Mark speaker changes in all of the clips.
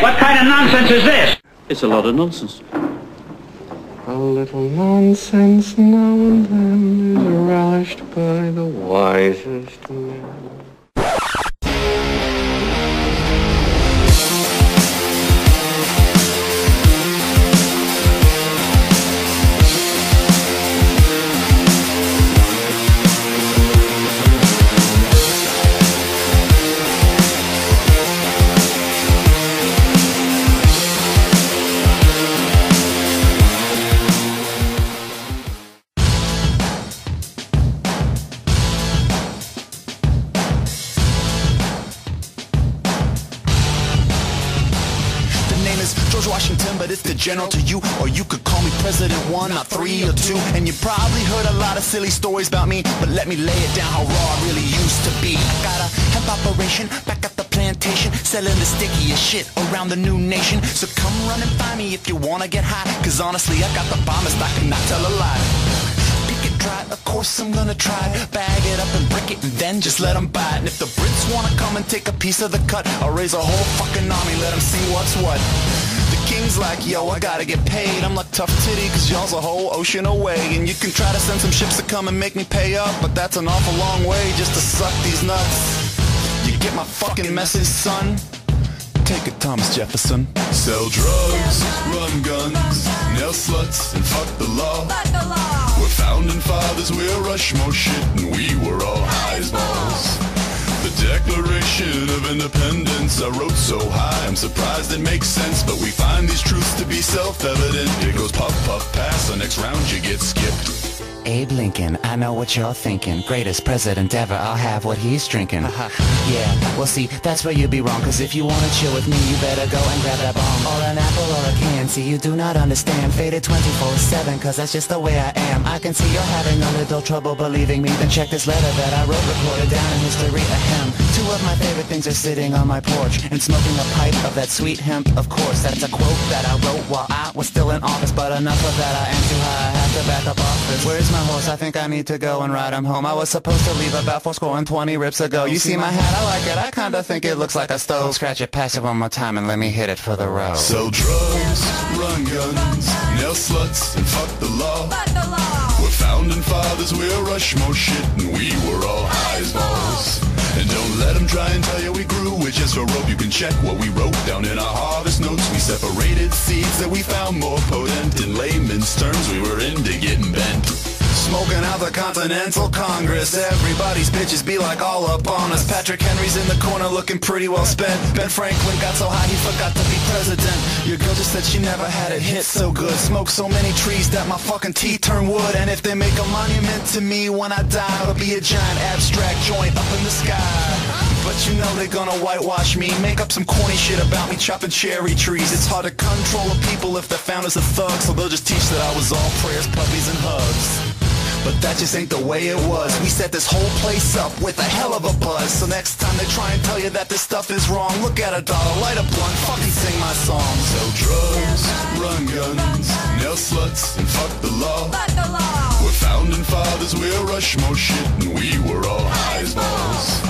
Speaker 1: What kind of nonsense is this?
Speaker 2: It's a lot of nonsense.
Speaker 3: A little nonsense now and then is relished by the wisest man.
Speaker 4: The name is George Washington, but it's the general to you. Or you could call me President One, not three or two. And you probably heard a lot of silly stories about me, but let me lay it down how raw I really used to be. I got a hemp operation back at the plantation, selling the stickiest shit around the new nation. So come run and find me if you wanna get high, cause honestly I got the bombest, I cannot tell a lie pick it dry. Of course I'm gonna try. Bag it up and brick it and then just let 'em buy it. And if the Brits wanna come and take a piece of the cut, I'll raise a whole fucking army, let 'em see what's what. The king's like, yo, I gotta get paid. I'm like tough titty, cause y'all's a whole ocean away. And you can try to send some ships to come and make me pay up, but that's an awful long way just to suck these nuts. You get my fucking message, son? Take it, Thomas Jefferson. Sell drugs, run guns, nail sluts, and fuck the law. We're founding fathers, we're Rushmore shit, and we were all high as balls. The Declaration of Independence I wrote so high, I'm surprised it makes sense, but we find these truths to be self-evident. It goes puff, puff, pass, the next round you get skipped.
Speaker 5: Abe Lincoln, I know what you're thinking. Greatest president ever, I'll have what he's drinking. yeah, well see, that's where you'd be wrong, cause if you wanna chill with me, you better go and grab that bomb. Or an apple or a can, see you do not understand. Faded 24-7, cause that's just the way I am. I can see you're having a little trouble believing me, then check this letter that I wrote, recorded down in history, ahem. Two of my favorite things are sitting on my porch and smoking a pipe of that sweet hemp, of course. That's a quote that I wrote while I was still in office, but enough of that, I am too high, I have to back up office. Where's my horse? I think I need to go and ride him home. I was supposed to leave about four score and twenty rips ago. You see my hat, I like it, I kinda think it looks like a stove. Scratch it, pass it one more time and let me hit it for the road.
Speaker 4: Sell drugs, run guns, nail sluts, and fuck the law. We're founding fathers, we're Rushmore shit, and we were all high as balls. And don't let 'em try and tell you we grew, we're just a rope, you can check what we wrote down in our harvest notes. We separated seeds that we found more potent, in layman's terms we were into getting bent. Smoking out the Continental Congress, everybody's bitches be like all up on us. Patrick Henry's in the corner looking pretty well spent. Ben Franklin got so high he forgot to be president. Your girl just said she never had it hit so good. Smoked so many trees that my fucking teeth turn wood. And if they make a monument to me when I die, it'll be a giant abstract joint up in the sky. But you know they're gonna whitewash me Make up some corny shit about me chopping cherry trees It's hard to control the people if they're found as a thug So they'll just teach that I was all prayers, puppies, and hugs but that just ain't the way it was We set this whole place up with a hell of a buzz So next time they try and tell you that this stuff is wrong Look at a dollar, light a blunt, fucking sing my song Sell drugs, run guns, nail sluts, and fuck the law We're founding fathers, we're Rushmore shit And we were all high as balls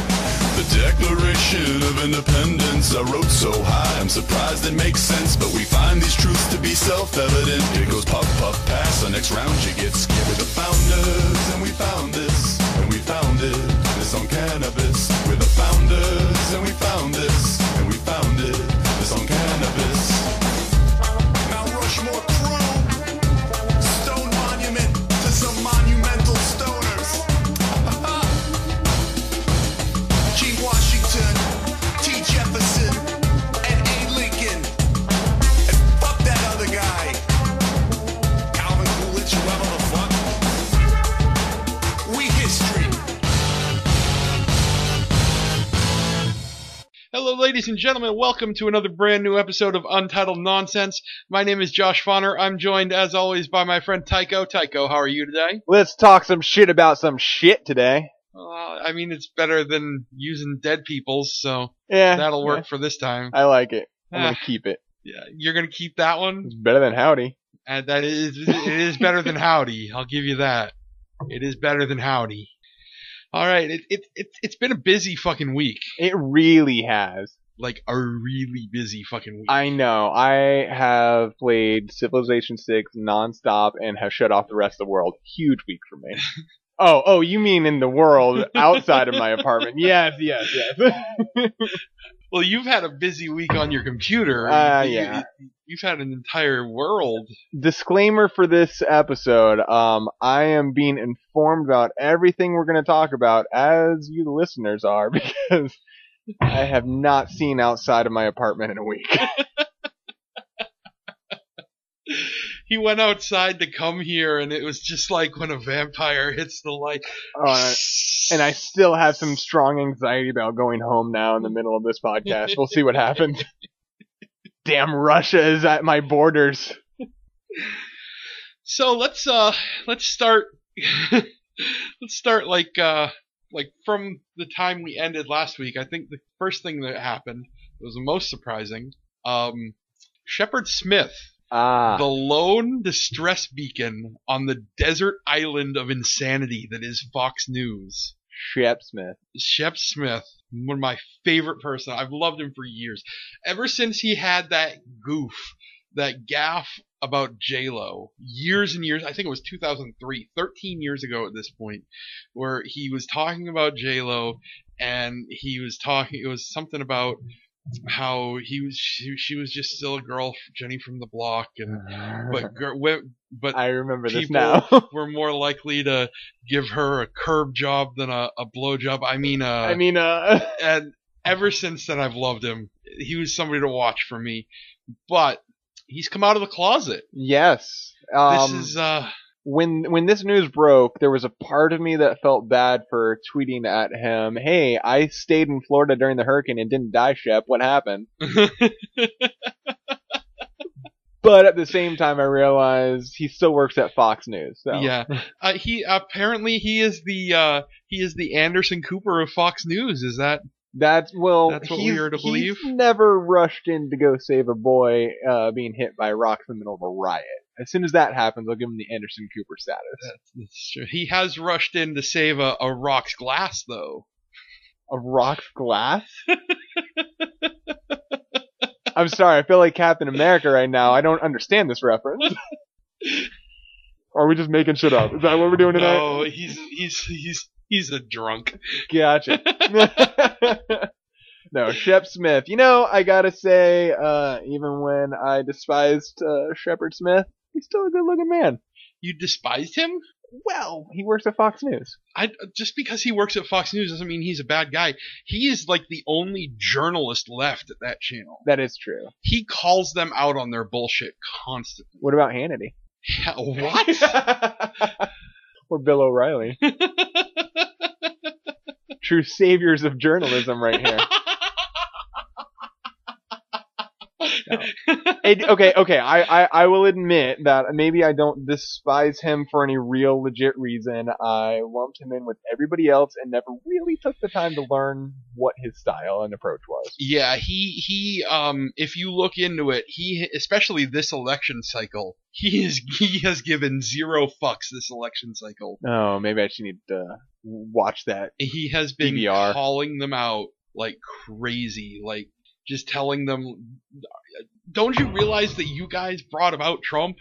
Speaker 4: the Declaration of Independence I wrote so high, I'm surprised it makes sense But we find these truths to be self-evident It goes puff, puff, pass, the next round you get skipped We're the founders, and we found this And we found it, this on cannabis We're the founders, and we found this And we found it, this on cannabis Mount Rushmore crew Stone monument to some monumental stoners G. Washington, T. Jefferson, and A. Lincoln. And fuck that other guy. Calvin Coolidge, whoever the fuck. We history.
Speaker 6: Hello, ladies and gentlemen. Welcome to another brand new episode of Untitled Nonsense. My name is Josh Fonner. I'm joined, as always, by my friend Tycho. Tycho, how are you today?
Speaker 7: Let's talk some shit about some shit today.
Speaker 6: Uh, I mean, it's better than using dead people's, so
Speaker 7: Yeah,
Speaker 6: that'll work for this time.
Speaker 7: I like it. I'm
Speaker 6: Ah.
Speaker 7: gonna keep it.
Speaker 6: Yeah, you're gonna keep that one.
Speaker 7: It's better than howdy.
Speaker 6: Uh, that is, it is better than howdy. I'll give you that. It is better than howdy. All right, it, it, it, it's been a busy fucking week.
Speaker 7: It really has.
Speaker 6: like a really busy fucking week.
Speaker 7: I know. I have played Civilization 6 nonstop and have shut off the rest of the world. Huge week for me. oh, oh, you mean in the world outside of my apartment? Yes, yes, yes.
Speaker 6: well, you've had a busy week on your computer.
Speaker 7: Uh,
Speaker 6: You-
Speaker 7: yeah.
Speaker 6: You've had an entire world.
Speaker 7: Disclaimer for this episode: um, I am being informed about everything we're going to talk about, as you listeners are, because I have not seen outside of my apartment in a week.
Speaker 6: He went outside to come here, and it was just like when a vampire hits the light.
Speaker 7: Uh, and I still have some strong anxiety about going home now in the middle of this podcast. We'll see what happens. Damn, Russia is at my borders.
Speaker 6: So let's uh let's start let's start like uh like from the time we ended last week. I think the first thing that happened that was the most surprising. Um, Shepard Smith,
Speaker 7: Ah,
Speaker 6: the lone distress beacon on the desert island of insanity that is Fox News.
Speaker 7: Shep Smith.
Speaker 6: Shep Smith, one of my favorite person. I've loved him for years. Ever since he had that goof, that gaff about J-Lo, years and years, I think it was 2003, 13 years ago at this point, where he was talking about J-Lo and he was talking, it was something about how he was, she, she was just still a girl, Jenny from the block, and, but, gir- wi- but
Speaker 7: I remember this
Speaker 6: people-
Speaker 7: now.
Speaker 6: we're more likely to give her a curb job than a, a blow job. I mean, uh,
Speaker 7: I mean, uh,
Speaker 6: and ever since then, I've loved him. He was somebody to watch for me, but he's come out of the closet.
Speaker 7: yes. Um,
Speaker 6: This is, uh,
Speaker 7: when when this news broke, there was a part of me that felt bad for tweeting at him, "Hey, I stayed in Florida during the hurricane and didn't die, Shep. What happened?" But at the same time, I realized he still works at Fox News. So.
Speaker 6: yeah. Uh, he apparently he is the uh, he is the Anderson Cooper of Fox News. Is that
Speaker 7: That's well.
Speaker 6: That's what we
Speaker 7: he's,
Speaker 6: are to
Speaker 7: he's
Speaker 6: believe.
Speaker 7: never rushed in to go save a boy uh, being hit by rocks in the middle of a riot. As soon as that happens, I'll give him the Anderson Cooper status.
Speaker 6: that's, that's true? He has rushed in to save a, a rock's glass though.
Speaker 7: A rock's glass. I'm sorry. I feel like Captain America right now. I don't understand this reference. Are we just making shit up? Is that what we're doing tonight?
Speaker 6: No, Oh, he's he's he's he's a drunk.
Speaker 7: Gotcha. no, Shep Smith. You know, I gotta say, uh, even when I despised uh, Shepard Smith, he's still a good-looking man.
Speaker 6: You despised him?
Speaker 7: Well, he works at Fox News.
Speaker 6: I just because he works at Fox News doesn't mean he's a bad guy. He is like the only journalist left at that channel.
Speaker 7: That is true.
Speaker 6: He calls them out on their bullshit constantly.
Speaker 7: What about Hannity?
Speaker 6: Hell, What?
Speaker 7: or Bill O'Reilly? True saviors of journalism, right here. It- okay, okay. I, I, I will admit that maybe I don't despise him for any real legit reason. I lumped him in with everybody else and never really took the time to learn what his style and approach was.
Speaker 6: yeah, he he um if you look into it, he especially this election cycle, he is he has given zero fucks this election cycle.
Speaker 7: Oh, maybe I should need to watch that.
Speaker 6: He has been
Speaker 7: DVR.
Speaker 6: calling them out like crazy, like just telling them don't you realize that you guys brought about Trump?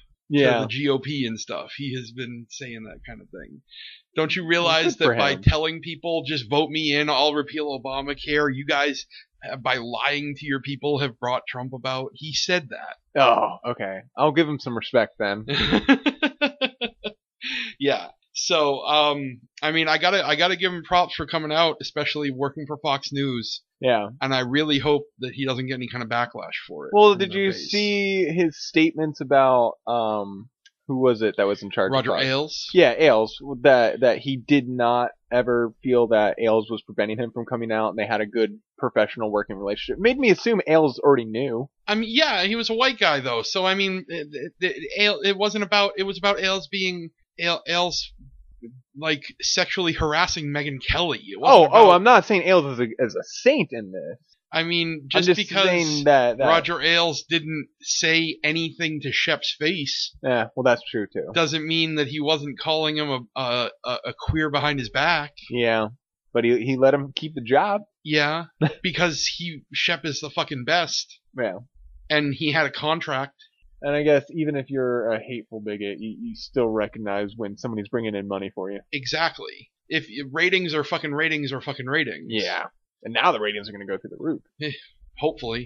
Speaker 6: to
Speaker 7: Yeah.
Speaker 6: the GOP and stuff. He has been saying that kind of thing. Don't you realize
Speaker 7: Good for
Speaker 6: that by
Speaker 7: him.
Speaker 6: telling people just vote me in, I'll repeal Obamacare, you guys uh, by lying to your people have brought Trump about? He said
Speaker 7: Oh, okay. I'll give him some respect then.
Speaker 6: that. yeah. So, um, I mean, I gotta, I gotta give him props for coming out, especially working for Fox News.
Speaker 7: Yeah.
Speaker 6: And I really hope that he doesn't get any kind of backlash for it.
Speaker 7: Well,
Speaker 6: from
Speaker 7: did
Speaker 6: their
Speaker 7: you
Speaker 6: base.
Speaker 7: see his statements about um who was it that was in charge? of
Speaker 6: Roger
Speaker 7: Fox?
Speaker 6: Ailes?
Speaker 7: Yeah, Ailes. That that he did not ever feel that Ailes was preventing him from coming out, and they had a good professional working relationship. Made me assume Ailes already knew.
Speaker 6: I mean, yeah, he was a white guy though, so I mean, it, it- it, Ale- it wasn't about it was about Ailes being Ale, Ailes like sexually harassing Megan Kelly. It
Speaker 7: Oh,
Speaker 6: wasn't
Speaker 7: oh,
Speaker 6: about-
Speaker 7: I'm not saying Ailes is a, is a saint in this.
Speaker 6: I mean,
Speaker 7: I'm
Speaker 6: just,
Speaker 7: just
Speaker 6: because
Speaker 7: saying that, that-
Speaker 6: Roger Ailes didn't say anything to Shep's face
Speaker 7: Yeah, well, that's true too.
Speaker 6: doesn't mean that he wasn't calling him a a, a, a queer behind his back.
Speaker 7: Yeah, but he he let him keep the job.
Speaker 6: Yeah, because he Shep is the fucking best,
Speaker 7: Yeah.
Speaker 6: and he had a contract.
Speaker 7: And I guess even if you're a hateful bigot, you, you still recognize when somebody's bringing in money for you.
Speaker 6: Exactly. If ratings are fucking ratings are fucking ratings.
Speaker 7: And now the ratings are going to go through the roof.
Speaker 6: Hopefully.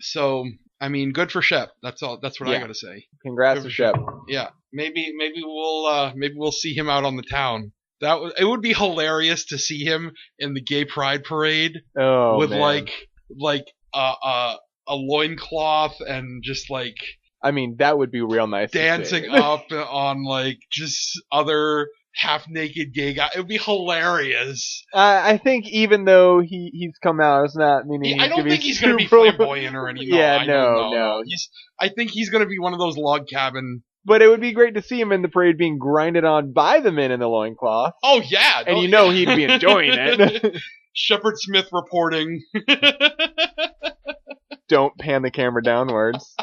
Speaker 6: so I mean, good for Shep. That's all. That's what I
Speaker 7: Yeah.
Speaker 6: gotta say.
Speaker 7: Congrats
Speaker 6: Good
Speaker 7: to
Speaker 6: for
Speaker 7: Shep.
Speaker 6: Yeah. Maybe maybe we'll uh maybe we'll see him out on the town. That w- it would be hilarious to see him in the gay pride parade
Speaker 7: Oh,
Speaker 6: with
Speaker 7: man.
Speaker 6: like like uh, uh, a loincloth and just like
Speaker 7: I mean, that would be real nice. to see.
Speaker 6: dancing up on like just other half naked gay guy. It would be hilarious.
Speaker 7: I, I think even though he, he's come out, it's not meaning.
Speaker 6: I
Speaker 7: he's
Speaker 6: don't
Speaker 7: gonna
Speaker 6: think
Speaker 7: be
Speaker 6: he's gonna be
Speaker 7: super-
Speaker 6: flamboyant or anything.
Speaker 7: Yeah,
Speaker 6: I
Speaker 7: no,
Speaker 6: don't know.
Speaker 7: no.
Speaker 6: He's, I think he's gonna be one of those log cabin.
Speaker 7: But it would be great to see him in the parade being grinded on by the men in the loincloth.
Speaker 6: Oh yeah,
Speaker 7: And
Speaker 6: don't-
Speaker 7: you know he'd be enjoying it.
Speaker 6: Shepard Smith reporting.
Speaker 7: don't pan the camera downwards.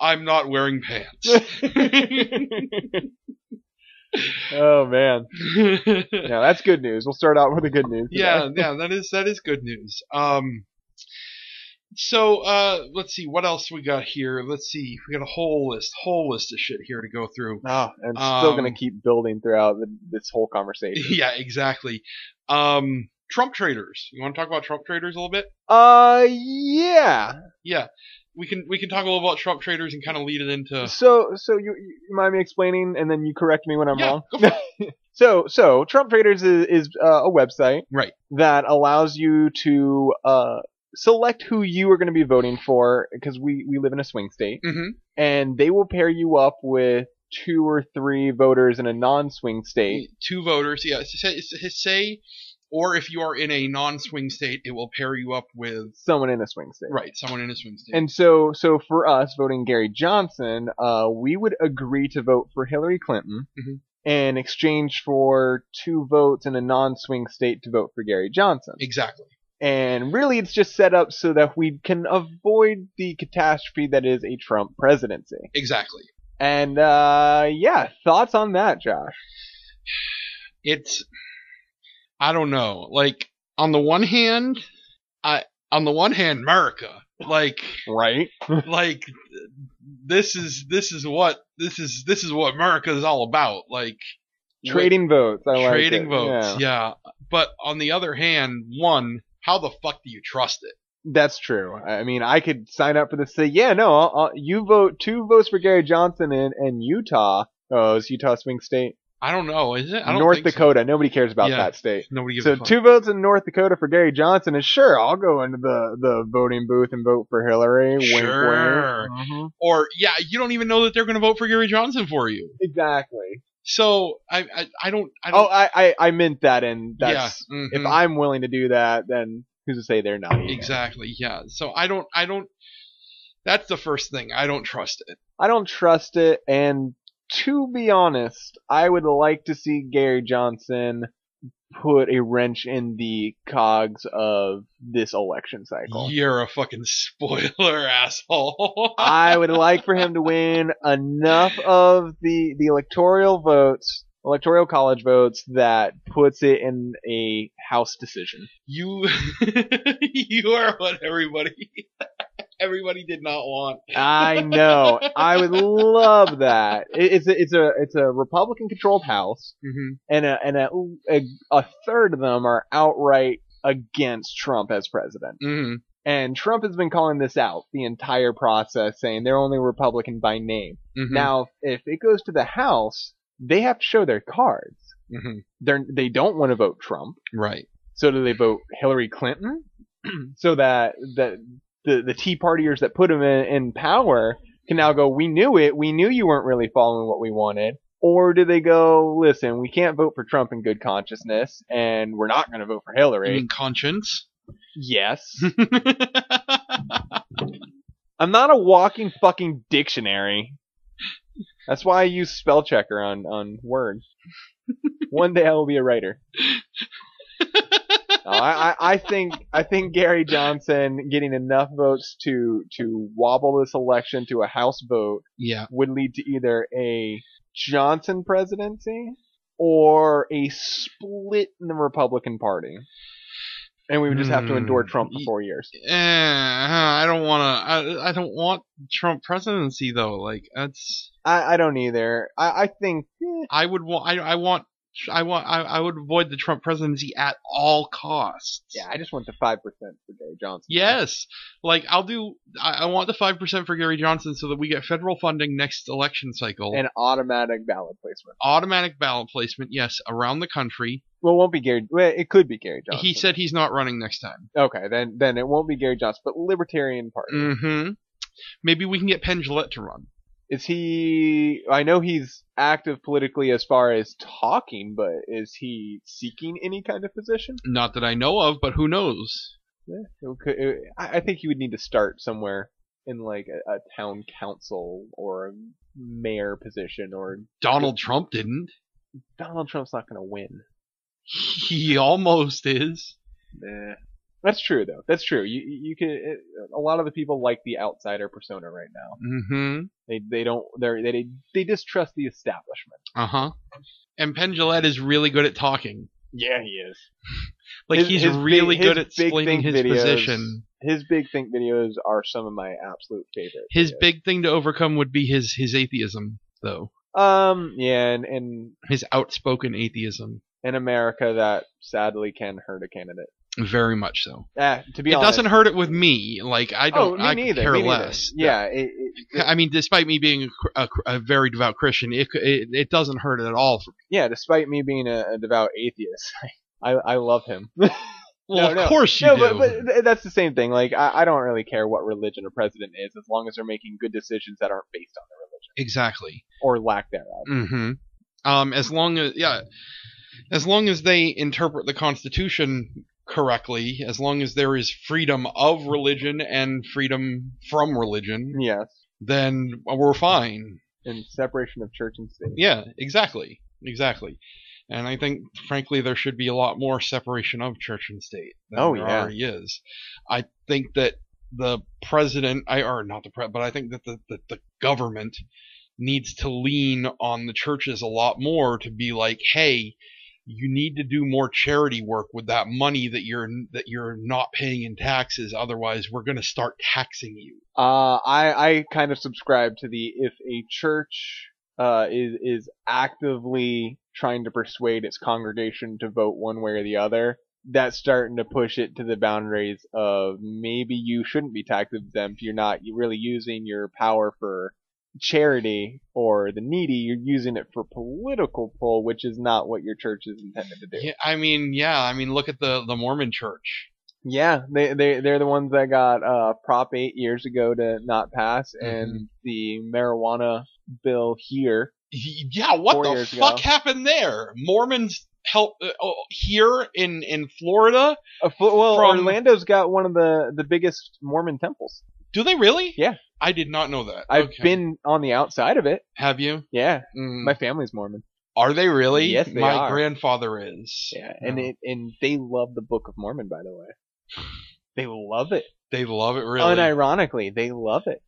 Speaker 6: I'm not wearing pants.
Speaker 7: Oh, man. Yeah, that's good news. We'll start out with the good news.
Speaker 6: yeah, yeah, that is that is good news. Um, so uh, let's see what else we got here. Let's see, we got a whole list, whole list of shit here to go through.
Speaker 7: Oh, and it's still
Speaker 6: Um,
Speaker 7: going to keep building throughout the, this whole conversation.
Speaker 6: yeah, exactly. Um, Trump traders. You want to talk about Trump traders a little bit?
Speaker 7: Uh, yeah.
Speaker 6: Yeah, we can we can talk a little about Trump traders and kind of lead it into.
Speaker 7: So, so you, you mind me explaining, and then you correct me when I'm
Speaker 6: Yeah,
Speaker 7: wrong.
Speaker 6: go for it.
Speaker 7: So, so Trump Traders is, is uh, a website
Speaker 6: Right.
Speaker 7: that allows you to uh, select who you are going to be voting for because we we live in a swing state,
Speaker 6: Mhm.
Speaker 7: and they will pair you up with two or three voters in a non-swing state.
Speaker 6: Two voters. Yeah, s- say, s- say, or if you are in a non-swing state, it will pair you up with
Speaker 7: Someone in a swing state.
Speaker 6: right someone in a swing state.
Speaker 7: And so, so for us voting Gary Johnson, uh, we would agree to vote for Hillary Clinton
Speaker 6: Mhm.
Speaker 7: in exchange for two votes in a non-swing state to vote for Gary Johnson.
Speaker 6: exactly.
Speaker 7: And really, it's just set up so that we can avoid the catastrophe that is a Trump presidency.
Speaker 6: Exactly.
Speaker 7: And uh, yeah, thoughts on that, Josh?
Speaker 6: it's I don't know. Like on the one hand, I on the one hand, America. Like
Speaker 7: Right?
Speaker 6: like this is this is what this is this is what America is all about. Like
Speaker 7: Trading votes. I like
Speaker 6: trading
Speaker 7: it.
Speaker 6: votes.
Speaker 7: Yeah.
Speaker 6: Yeah. But on the other hand, one, how the fuck do you trust it?
Speaker 7: That's true. I mean, I could sign up for this. Say, yeah, no, I'll, I'll, you vote two votes for Gary Johnson in and Utah. Oh, it's Utah swing state,
Speaker 6: I don't know. Is it? I don't
Speaker 7: North
Speaker 6: think so.
Speaker 7: Dakota. Nobody cares about
Speaker 6: Yeah.
Speaker 7: that state.
Speaker 6: Nobody gives
Speaker 7: So
Speaker 6: a fuck.
Speaker 7: two votes in North Dakota for Gary Johnson is sure. I'll go into the the voting booth and vote for Hillary. Wink, wink.
Speaker 6: Sure.
Speaker 7: Mhm.
Speaker 6: or yeah, you don't even know that they're going to vote for Gary Johnson for you.
Speaker 7: Exactly.
Speaker 6: So I I, I don't I
Speaker 7: Oh,
Speaker 6: don't.
Speaker 7: I, I I meant that, and that's
Speaker 6: yeah. mhm.
Speaker 7: if I'm willing to do that, then who's to say they're not? either?
Speaker 6: Exactly. Yeah. So I don't. I don't. That's the first thing. I don't trust it.
Speaker 7: I don't trust it, and to be honest, I would like to see Gary Johnson put a wrench in the cogs of this election cycle.
Speaker 6: You're a fucking spoiler asshole.
Speaker 7: I would like for him to win enough of the the electoral votes, electoral college votes that puts it in a house decision.
Speaker 6: you. you are what everybody. Everybody did not want.
Speaker 7: I know. I would love that. It, it's a, it's a it's a Republican controlled house,
Speaker 6: Mm-hmm.
Speaker 7: and a, and a, a a third of them are outright against Trump as president.
Speaker 6: Mm-hmm.
Speaker 7: And Trump has been calling this out the entire process, saying they're only Republican by name.
Speaker 6: mm-hmm. Hmm.
Speaker 7: Now, if it goes to the House, they have to show their cards.
Speaker 6: Mhm.
Speaker 7: They're, they don't want to vote Trump.
Speaker 6: right.
Speaker 7: So do they vote Hillary Clinton? so that that the the Tea Partiers that put him in, in power can now go, we knew it, we knew you weren't really following what we wanted. Or do they go, listen, we can't vote for Trump in good consciousness, and we're not going to vote for
Speaker 6: I
Speaker 7: Hillary.
Speaker 6: mean, Mm, conscience.
Speaker 7: Yes, I'm not a walking fucking dictionary. That's why I use spell checker on on Word. One day I will be a writer. No, I, I, I think I think Gary Johnson getting enough votes to to wobble this election to a House vote
Speaker 6: yeah.
Speaker 7: would lead to either a Johnson presidency or a split in the Republican Party. And we would just have to endure Trump for four years.
Speaker 6: Eh, I don't want to. I, I don't want Trump presidency though. Like that's.
Speaker 7: I, I don't either. I, I think eh,
Speaker 6: I would want. I, I want. I want. I, I would avoid the Trump presidency at all costs.
Speaker 7: yeah, I just want the five percent for Gary Johnson.
Speaker 6: Yes. Like I'll do. I, I want the five percent for Gary Johnson so that we get federal funding next election cycle.
Speaker 7: and automatic ballot placement.
Speaker 6: automatic ballot placement. Yes, around the country.
Speaker 7: Well, it won't be Gary. Well, it could be Gary Johnson.
Speaker 6: He said he's not running next time.
Speaker 7: okay, then then it won't be Gary Johnson, but Libertarian Party.
Speaker 6: Mm-hmm. Maybe we can get Penn Jillette to run.
Speaker 7: Is he? I know he's active politically as far as talking, but is he seeking any kind of position?
Speaker 6: Not that I know of, but who knows?
Speaker 7: Yeah, it could- it- I I think you would need to start somewhere in like a, a town council or a mayor position. Or
Speaker 6: Donald Trump didn't.
Speaker 7: Donald Trump's not going to win.
Speaker 6: He almost is.
Speaker 7: Nah. Eh, That's true though. That's true. You you can it, a lot of the people like the outsider persona right now.
Speaker 6: Mm-hmm.
Speaker 7: They they don't they they they distrust the establishment.
Speaker 6: Uh-huh. And Penn Jillette is really good at talking.
Speaker 7: Yeah, he is.
Speaker 6: Like he's really good at explaining
Speaker 7: splitting
Speaker 6: his position.
Speaker 7: His big think videos are some of my absolute favorite.
Speaker 6: His
Speaker 7: videos.
Speaker 6: big thing to overcome would be his his atheism, though.
Speaker 7: um yeah, and and
Speaker 6: His outspoken atheism.
Speaker 7: in America that sadly can hurt a candidate.
Speaker 6: Very much so.
Speaker 7: Ah, to be
Speaker 6: It
Speaker 7: honest,
Speaker 6: doesn't hurt it with me. Like I
Speaker 7: Oh,
Speaker 6: don't.
Speaker 7: me
Speaker 6: I could
Speaker 7: neither.
Speaker 6: care
Speaker 7: me neither.
Speaker 6: less.
Speaker 7: Yeah, it, it,
Speaker 6: I mean, despite me being a, cr- a, cr- a very devout Christian, it, c- it it doesn't hurt it at all for me.
Speaker 7: yeah. Despite me being a, a devout atheist, I I love him.
Speaker 6: Well,
Speaker 7: No,
Speaker 6: of
Speaker 7: no.
Speaker 6: course you
Speaker 7: no,
Speaker 6: do.
Speaker 7: but, but th- that's the same thing. Like I, I don't really care what religion a president is, as long as they're making good decisions that aren't based on their religion
Speaker 6: exactly.
Speaker 7: or lack thereof.
Speaker 6: Mm-hmm. Um, as long as yeah, as long as they interpret the Constitution correctly, as long as there is freedom of religion and freedom from religion,
Speaker 7: Yes,
Speaker 6: then we're fine.
Speaker 7: and separation of church and state.
Speaker 6: Yeah, exactly, exactly. And I think, frankly, there should be a lot more separation of church and state than
Speaker 7: Oh,
Speaker 6: there
Speaker 7: yeah.
Speaker 6: already is. I think that the president, I or not the pre, but I think that the, the the government needs to lean on the churches a lot more to be like, hey, you need to do more charity work with that money that you're that you're not paying in taxes. Otherwise, we're going to start taxing you.
Speaker 7: Uh, I I kind of subscribe to the if a church uh is is actively trying to persuade its congregation to vote one way or the other. That's starting to push it to the boundaries of maybe you shouldn't be tax exempt. You're not really using your power for charity or the needy. You're using it for political pull, which is not what your church is intended to do.
Speaker 6: Yeah, I mean, yeah, I mean, look at the the Mormon Church.
Speaker 7: Yeah, they they they're the ones that got uh Prop 8 years ago to not pass
Speaker 6: Mm-hmm.
Speaker 7: and the marijuana bill here.
Speaker 6: Yeah, what
Speaker 7: Four
Speaker 6: the
Speaker 7: years
Speaker 6: fuck
Speaker 7: ago.
Speaker 6: happened there? Mormons help uh, oh, here in in Florida.
Speaker 7: Uh, fl- well,
Speaker 6: From-
Speaker 7: Orlando's got one of the the biggest Mormon temples.
Speaker 6: Do they really?
Speaker 7: Yeah.
Speaker 6: I did not know that.
Speaker 7: I've
Speaker 6: Okay.
Speaker 7: been on the outside of it.
Speaker 6: Have you?
Speaker 7: Yeah,
Speaker 6: Mm.
Speaker 7: my family's Mormon.
Speaker 6: Are they really?
Speaker 7: Yes, they
Speaker 6: My
Speaker 7: are.
Speaker 6: grandfather is.
Speaker 7: Yeah, and
Speaker 6: No.
Speaker 7: it and they love the Book of Mormon by the way. They love it.
Speaker 6: they love it.
Speaker 7: Oh,
Speaker 6: Really?
Speaker 7: Unironically, they love it.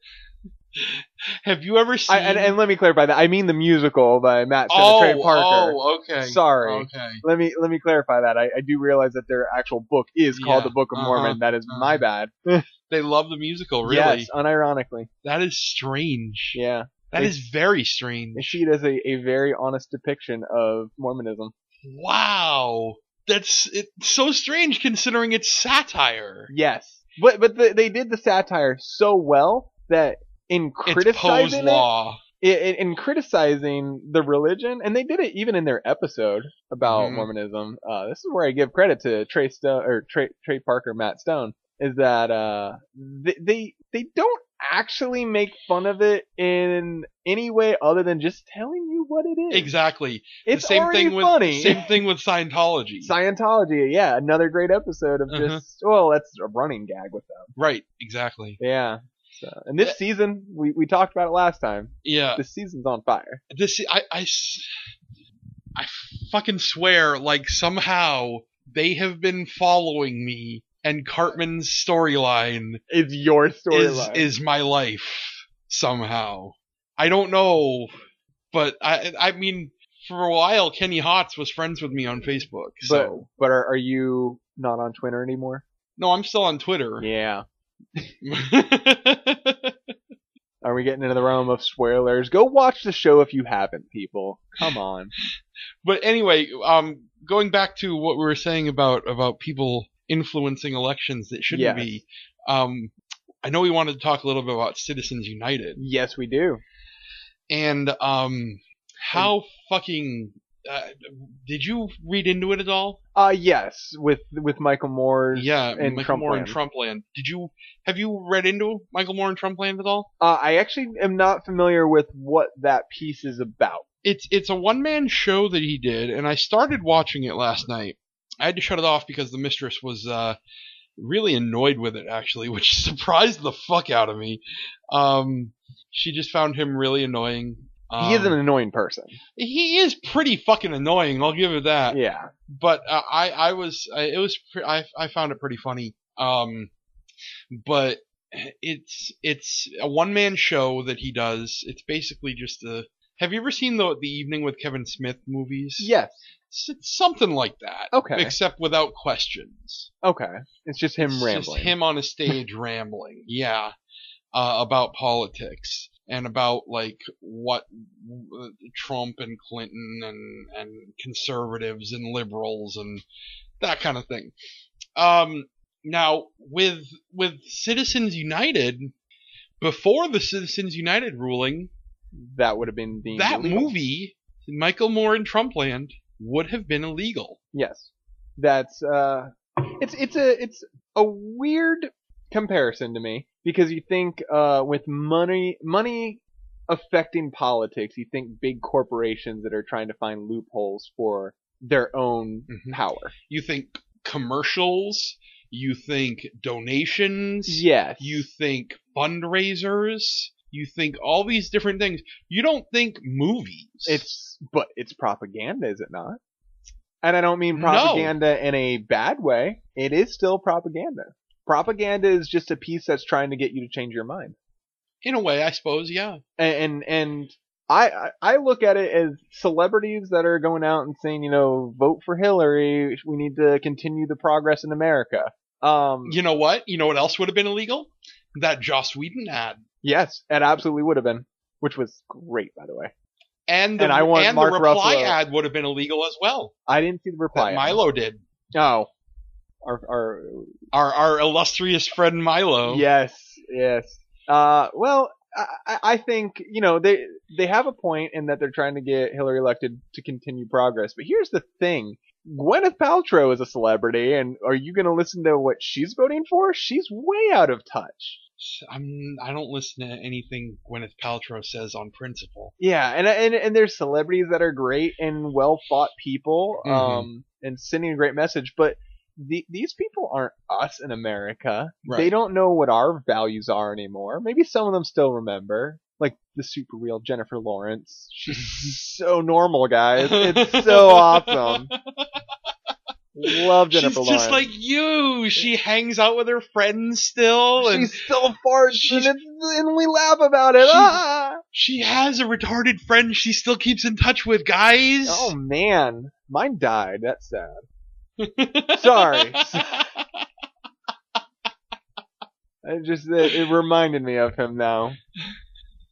Speaker 6: Have you ever seen?
Speaker 7: I, and, and let me clarify that. I mean the musical by Matt
Speaker 6: oh,
Speaker 7: Trey Parker.
Speaker 6: oh, okay.
Speaker 7: Sorry.
Speaker 6: Okay.
Speaker 7: let me let me clarify that. I, I do realize that their actual book is called
Speaker 6: Yeah,
Speaker 7: the Book of
Speaker 6: uh-huh,
Speaker 7: Mormon. That is my
Speaker 6: uh-huh.
Speaker 7: bad.
Speaker 6: They love the musical. Really?
Speaker 7: Yes, unironically.
Speaker 6: That is strange.
Speaker 7: Yeah,
Speaker 6: That
Speaker 7: They-
Speaker 6: is very
Speaker 7: they
Speaker 6: strange.
Speaker 7: see it as a, a very honest depiction of Mormonism.
Speaker 6: Wow. That's it's so strange considering it's satire.
Speaker 7: Yes, but but the, they did the satire so well that in
Speaker 6: It's Poe's
Speaker 7: criticizing it,
Speaker 6: law.
Speaker 7: in, in criticizing the religion, and they did it even in their episode about
Speaker 6: Mhm.
Speaker 7: Mormonism. Uh, this is where I give credit to Trey Stone or Trey, Trey Parker, Matt Stone, is that uh, they, they they don't actually make fun of it in any way other than just telling you what it is.
Speaker 6: Exactly.
Speaker 7: It's
Speaker 6: the same
Speaker 7: already
Speaker 6: thing with
Speaker 7: funny.
Speaker 6: same thing with Scientology.
Speaker 7: Scientology, yeah, another great episode of
Speaker 6: Uh-huh.
Speaker 7: just well, that's a running gag with them.
Speaker 6: right, exactly.
Speaker 7: Yeah. So, and this
Speaker 6: Yeah.
Speaker 7: season, we, we talked about it last time.
Speaker 6: Yeah,
Speaker 7: This season's on fire.
Speaker 6: this I I s- I fucking swear like somehow they have been following me and Cartman's storyline
Speaker 7: It's your
Speaker 6: is
Speaker 7: storyline.
Speaker 6: is my life somehow. I don't know, but I I mean for a while, Kenny Hotz was friends with me on Facebook.
Speaker 7: But
Speaker 6: So
Speaker 7: but are, are you not on Twitter anymore?
Speaker 6: no, I'm still on Twitter.
Speaker 7: Yeah. Are we getting into the realm of spoilers? Go watch the show if you haven't, people. Come on.
Speaker 6: but anyway, um, going back to what we were saying about about people influencing elections that shouldn't
Speaker 7: Yes.
Speaker 6: be. Um, I know we wanted to talk a little bit about Citizens United.
Speaker 7: Yes, we do.
Speaker 6: and um, how fucking uh, did you read into it at all?
Speaker 7: Uh yes, with with Michael Moore's
Speaker 6: Yeah,
Speaker 7: and
Speaker 6: Michael
Speaker 7: Trump
Speaker 6: Moore and
Speaker 7: land.
Speaker 6: Trumpland. Did you have you read into Michael Moore and Trumpland at all?
Speaker 7: Uh, I actually am not familiar with what that piece is about.
Speaker 6: It's it's a one man show that he did, and I started watching it last night. I had to shut it off because the mistress was uh, really annoyed with it, actually, which surprised the fuck out of me. Um, she just found him really annoying. Um,
Speaker 7: he is an annoying person.
Speaker 6: he is pretty fucking annoying. I'll give it that.
Speaker 7: Yeah.
Speaker 6: but uh, I I was I, it was pre- I I found it pretty funny. Um, but it's it's a one man show that he does. It's basically just a. Have you ever seen the the Evening with Kevin Smith movies?
Speaker 7: Yes.
Speaker 6: it's, it's something like that.
Speaker 7: Okay.
Speaker 6: except without questions.
Speaker 7: Okay. It's just him
Speaker 6: It's
Speaker 7: rambling.
Speaker 6: Just him on a stage rambling. Yeah, uh, about politics and about like what uh, Trump and Clinton and and conservatives and liberals and that kind of thing. Um, now with with Citizens United, before the Citizens United ruling,
Speaker 7: That would have been deemed
Speaker 6: that
Speaker 7: illegal.
Speaker 6: movie, Michael Moore and Trumpland, would have been illegal.
Speaker 7: Yes. That's uh it's it's a it's a weird comparison to me because you think uh with money money affecting politics, you think big corporations that are trying to find loopholes for their own
Speaker 6: Mhm.
Speaker 7: power.
Speaker 6: You think commercials, you think donations,
Speaker 7: Yes.
Speaker 6: you think fundraisers, you think all these different things. You don't think movies.
Speaker 7: It's but it's propaganda, is it not? And I don't mean
Speaker 6: No.
Speaker 7: propaganda in a bad way. It is still propaganda. Propaganda is just a piece that's trying to get you to change your mind.
Speaker 6: in a way, I suppose, yeah.
Speaker 7: And and, and I I I look at it as celebrities that are going out and saying, you know, vote for Hillary. We need to continue the progress in America. Um,
Speaker 6: You know what? You know what else would have been illegal? That Joss Whedon ad.
Speaker 7: yes, it absolutely would have been, which was great, by the way.
Speaker 6: And the,
Speaker 7: And I want Mark
Speaker 6: the reply
Speaker 7: Ruffalo.
Speaker 6: ad would have been illegal as well.
Speaker 7: I didn't see the reply.
Speaker 6: That Milo did.
Speaker 7: Oh, our our
Speaker 6: Our our illustrious friend Milo.
Speaker 7: Yes, yes. Uh, well, I, I- I think you know they they have a point in that they're trying to get Hillary elected to continue progress. But here's the thing: Gwyneth Paltrow is a celebrity, and are you going to listen to what she's voting for? She's way out of touch.
Speaker 6: I'm I don't listen to anything Gwyneth Paltrow says on principle.
Speaker 7: Yeah, and and and there's celebrities that are great and well thought people,
Speaker 6: Mhm.
Speaker 7: um, and sending a great message, but. The, these people aren't us in America.
Speaker 6: Right.
Speaker 7: They don't know what our values are anymore. Maybe some of them still remember, like the super real Jennifer Lawrence. She's so normal, guys. It's so awesome. Love
Speaker 6: She's
Speaker 7: Jennifer
Speaker 6: just
Speaker 7: Lawrence.
Speaker 6: like you. She hangs out with her friends still and
Speaker 7: she's still farts,
Speaker 6: she's-
Speaker 7: and, it's, and we laugh about it.
Speaker 6: She's-
Speaker 7: Ah!
Speaker 6: She has a retarded friend she still keeps in touch with, guys.
Speaker 7: Oh man, mine died. That's sad. Sorry. It just it, it reminded me of him now.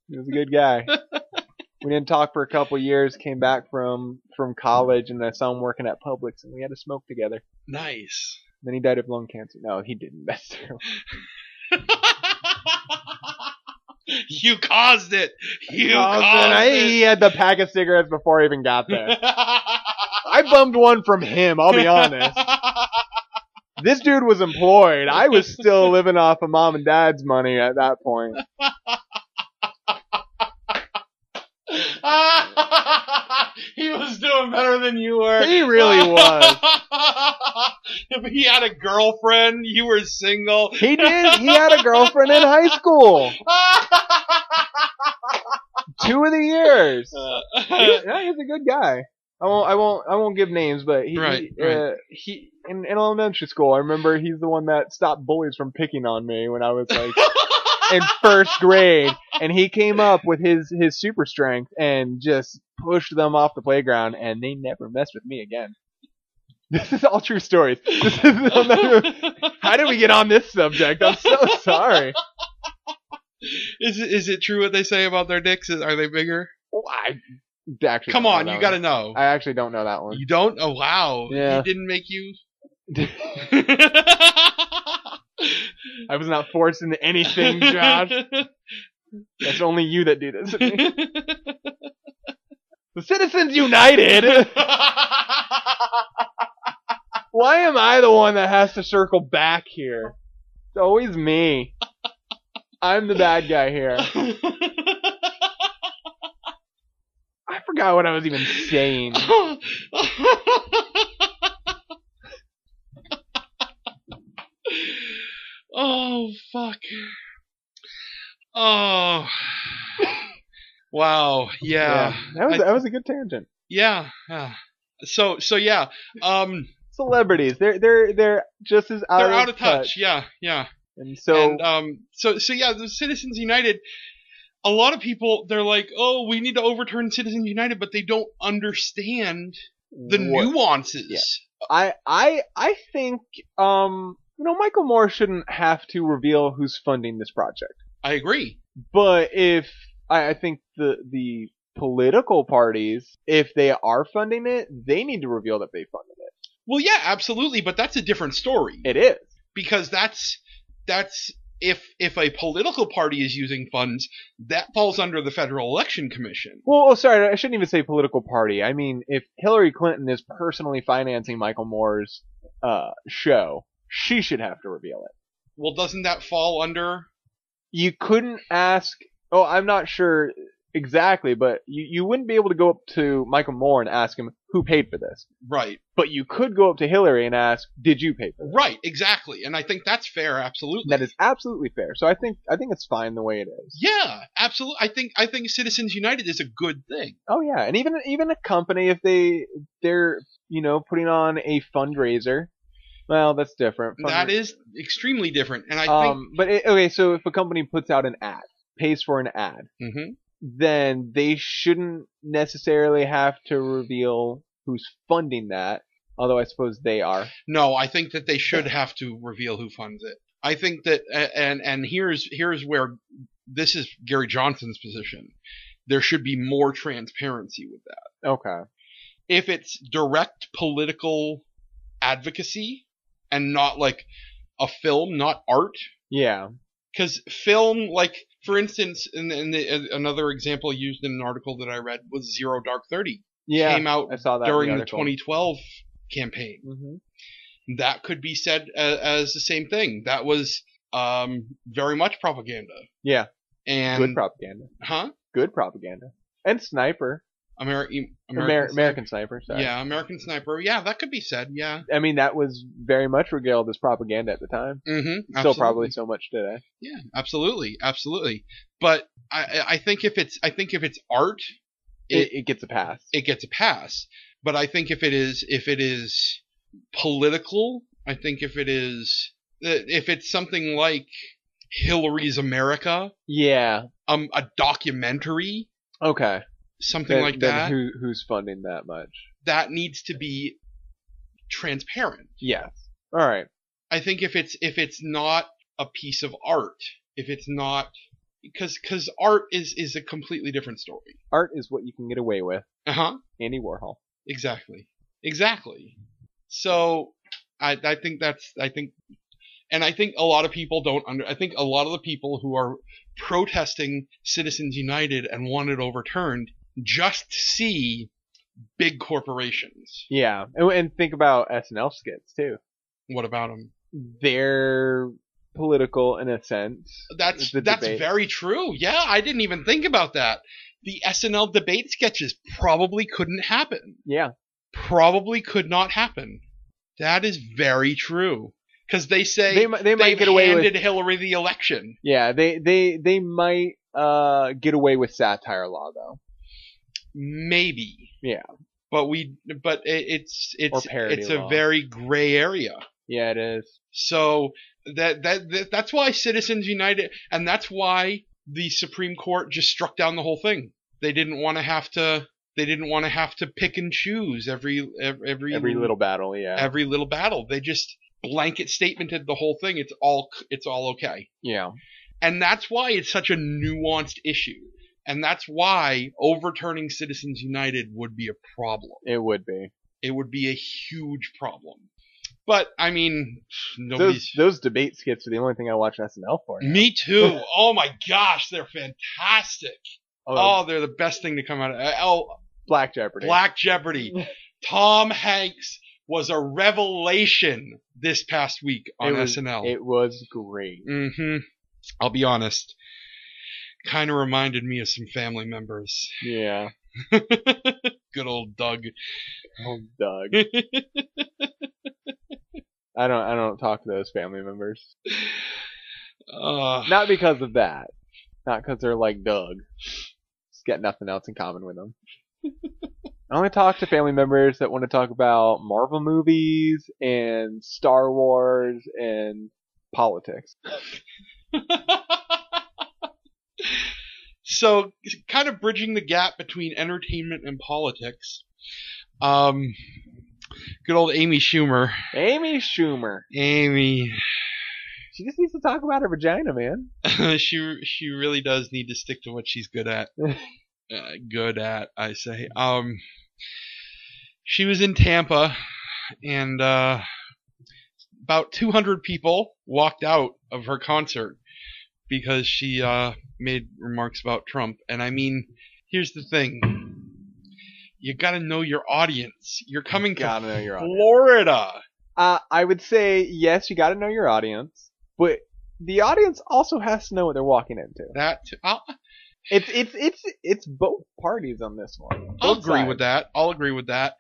Speaker 7: He was a good guy. We didn't talk for a couple years. Came back from from college, and I saw him working at Publix, and we had a smoke together.
Speaker 6: nice.
Speaker 7: Then he died of lung cancer. No, he didn't. That's terrible.
Speaker 6: you caused it. You
Speaker 7: Oh,
Speaker 6: caused,
Speaker 7: man, I- he
Speaker 6: it.
Speaker 7: had the pack of cigarettes before I even got there. I bummed one from him. I'll be honest. This dude was employed. I was still living off of mom and dad's money at that point.
Speaker 6: he was doing better than you were.
Speaker 7: He really was.
Speaker 6: if he had a girlfriend, you were single.
Speaker 7: He did. He had a girlfriend in high school. Two of the years. he, was- no, he was a good guy. I won't, I won't, I won't give names, but he,
Speaker 6: Right,
Speaker 7: he,
Speaker 6: right.
Speaker 7: Uh, he in, in elementary school, I remember he's the one that stopped bullies from picking on me when I was like in first grade, and he came up with his his super strength and just pushed them off the playground, and they never messed with me again. This is all true stories. This is, I'll never- how did we get on this subject? I'm so sorry.
Speaker 6: Is it, is it true what they say about their dicks? Is- Are they bigger?
Speaker 7: Oh, I actually
Speaker 6: Come
Speaker 7: don't know
Speaker 6: on,
Speaker 7: that
Speaker 6: you
Speaker 7: one.
Speaker 6: gotta know.
Speaker 7: I actually don't know that one.
Speaker 6: You don't? Oh wow. He
Speaker 7: Yeah.
Speaker 6: didn't make you.
Speaker 7: I was not forced into anything, Josh. That's only you that do this. to me. The Citizens United. Why am I the one that has to circle back here? It's always me. I'm the bad guy here. I forgot what I was even saying.
Speaker 6: oh fuck. Oh. Wow. Yeah.
Speaker 7: that was
Speaker 6: I-
Speaker 7: that was a good tangent.
Speaker 6: Yeah. yeah. So so yeah. Um
Speaker 7: Celebrities, they're they're they're just as out
Speaker 6: they're
Speaker 7: of
Speaker 6: out of touch. Yeah. Yeah.
Speaker 7: And so
Speaker 6: and um, so so yeah, the Citizens United. A lot of people they're like, oh, we need to overturn Citizens United, but they don't understand the
Speaker 7: what-
Speaker 6: nuances.
Speaker 7: I I I think um you know Michael Moore shouldn't have to reveal who's funding this project.
Speaker 6: I agree.
Speaker 7: But if I, I think the the political parties, if they are funding it, they need to reveal that they funded it.
Speaker 6: Well, yeah, absolutely, but that's a different story
Speaker 7: It is.
Speaker 6: because that's that's if if a political party is using funds, that falls under the Federal Election Commission.
Speaker 7: Well, oh, sorry, I shouldn't even say political party. I mean, if Hillary Clinton is personally financing Michael Moore's uh, show, she should have to reveal it.
Speaker 6: Well, doesn't that fall under?
Speaker 7: You couldn't ask. Oh, I'm not sure exactly, but you, you wouldn't be able to go up to Michael Moore and ask him who paid for this.
Speaker 6: Right,
Speaker 7: But you could go up to Hillary and ask, "Did you pay for this?"
Speaker 6: right, exactly, and I think that's fair, absolutely.
Speaker 7: That is absolutely fair. So I think I think it's fine the way it is.
Speaker 6: Yeah, absolutely. I think I think Citizens United is a good thing.
Speaker 7: Oh yeah, and even even a company if they they're you know putting on a fundraiser, well that's different.
Speaker 6: That
Speaker 7: Fundra-
Speaker 6: is extremely different, and I
Speaker 7: um, but it, okay, so if a company puts out an ad, pays for an ad,
Speaker 6: think Mhm.
Speaker 7: then they shouldn't necessarily have to reveal who's funding that. Although I suppose they are.
Speaker 6: no, I think that they should have to reveal who funds it. I think that, a- and and here's here's where this is Gary Johnson's position. There should be more transparency with that.
Speaker 7: Okay.
Speaker 6: If it's direct political advocacy and not like a film, not art,
Speaker 7: Yeah.
Speaker 6: because film, like for instance, and in, the uh, another example used in an article that I read was Zero Dark Thirty
Speaker 7: Yeah.
Speaker 6: came out
Speaker 7: I saw that in
Speaker 6: during the
Speaker 7: article.
Speaker 6: 2012 campaign.
Speaker 7: Mhm.
Speaker 6: That could be said as, as the same thing. That was um, very much propaganda.
Speaker 7: Yeah.
Speaker 6: And
Speaker 7: Good propaganda.
Speaker 6: huh?
Speaker 7: Good propaganda. And sniper.
Speaker 6: Ameri- e, American,
Speaker 7: Amer-
Speaker 6: Sniper.
Speaker 7: American sniper. Sorry.
Speaker 6: Yeah, American Sniper. Yeah, that could be said. Yeah.
Speaker 7: I mean, that was very much regaled as propaganda at the time.
Speaker 6: Mm-hmm.
Speaker 7: Still probably so much today.
Speaker 6: Yeah, absolutely, absolutely. But I, I- I think if it's, I think if it's art,
Speaker 7: It, it gets a pass.
Speaker 6: it gets a pass. But I think if it is if it is political, I think if it is uh, if it's something like Hillary's America,
Speaker 7: yeah.
Speaker 6: um, a documentary,
Speaker 7: Okay.
Speaker 6: something
Speaker 7: Then,
Speaker 6: like
Speaker 7: then
Speaker 6: that,
Speaker 7: Who, who's funding that much?
Speaker 6: that needs to be transparent.
Speaker 7: Yes. All right.
Speaker 6: I think if it's if it's not a piece of art, if it's not because because art is is a completely different story.
Speaker 7: Art is what you can get away with.
Speaker 6: Uh huh.
Speaker 7: Andy Warhol.
Speaker 6: Exactly. Exactly. So I I think that's I think and I think a lot of people don't under I think a lot of the people who are protesting Citizens United and want it overturned just see big corporations.
Speaker 7: Yeah. And, and think about SNL skits too.
Speaker 6: What about them?
Speaker 7: They're political in a sense.
Speaker 6: That's
Speaker 7: The
Speaker 6: that's
Speaker 7: debate.
Speaker 6: very true. Yeah, I didn't even think about that. The SNL debate sketches probably couldn't happen.
Speaker 7: Yeah.
Speaker 6: Probably could not happen. That is very true. Because they say
Speaker 7: They, mi-
Speaker 6: they
Speaker 7: they might get away with.
Speaker 6: handed Hillary the election.
Speaker 7: Yeah. They they they might uh get away with satire law though.
Speaker 6: Maybe.
Speaker 7: Yeah.
Speaker 6: But we, but it, it's it's
Speaker 7: Or parody
Speaker 6: it's a
Speaker 7: law.
Speaker 6: very gray area.
Speaker 7: Yeah, it is.
Speaker 6: So that, that that that's why Citizens United, and that's why the Supreme Court just struck down the whole thing. They didn't want to have to. They didn't want to have to pick and choose every every every,
Speaker 7: Every little battle, yeah.
Speaker 6: every little battle. They just blanket statemented the whole thing. It's all c- it's all okay.
Speaker 7: yeah.
Speaker 6: And that's why it's such a nuanced issue. And that's why overturning Citizens United would be a problem.
Speaker 7: It would be.
Speaker 6: It would be a huge problem. But I mean,
Speaker 7: Those,
Speaker 6: nobody's.
Speaker 7: those debate skits are the only thing I watch SNL for. now.
Speaker 6: Me too. Oh my gosh, they're fantastic.
Speaker 7: Oh,
Speaker 6: Oh, they're the best thing to come out of. Oh,
Speaker 7: Black Jeopardy.
Speaker 6: Black Jeopardy. Tom Hanks was a revelation this past week on
Speaker 7: it was,
Speaker 6: SNL.
Speaker 7: It was great.
Speaker 6: hmm I'll be honest. Kind of reminded me of some family members.
Speaker 7: Yeah.
Speaker 6: Good old Doug.
Speaker 7: Oh, Doug. I don't. I don't talk to those family members.
Speaker 6: Uh,
Speaker 7: Not because of that. Not because they're like Doug. Just got nothing else in common with them. I only talk to family members that want to talk about Marvel movies and Star Wars and politics.
Speaker 6: so, kind of bridging the gap between entertainment and politics. Um, good old Amy Schumer.
Speaker 7: Amy Schumer.
Speaker 6: Amy,
Speaker 7: She just needs to talk about her vagina, man.
Speaker 6: she she really does need to stick to what she's good at. uh, good at, I say. Um, she was in Tampa, and uh, about 200 people walked out of her concert because she uh, made remarks about Trump. And I mean, here's the thing: you gotta know your audience. You're coming to
Speaker 7: Gotta know your audience.
Speaker 6: Florida.
Speaker 7: Uh, I would say yes. You got to know your audience, but the audience also has to know what they're walking into.
Speaker 6: That I'll,
Speaker 7: It's it's it's it's both parties on this one.
Speaker 6: I'll
Speaker 7: Both
Speaker 6: agree with that.
Speaker 7: sides.
Speaker 6: I'll agree with that.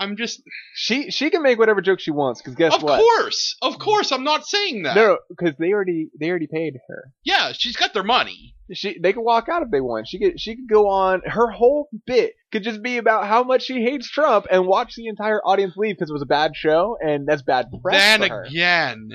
Speaker 6: I'm just,
Speaker 7: She she can make whatever joke she wants because guess
Speaker 6: of
Speaker 7: what?
Speaker 6: course, of course, I'm not saying that.
Speaker 7: No, because they already they already paid her.
Speaker 6: Yeah, she's got their money.
Speaker 7: She they could walk out if they want. She could she could go on her whole bit could just be about how much she hates Trump and watch the entire audience leave because it was a bad show and that's bad press
Speaker 6: then
Speaker 7: for her.
Speaker 6: again,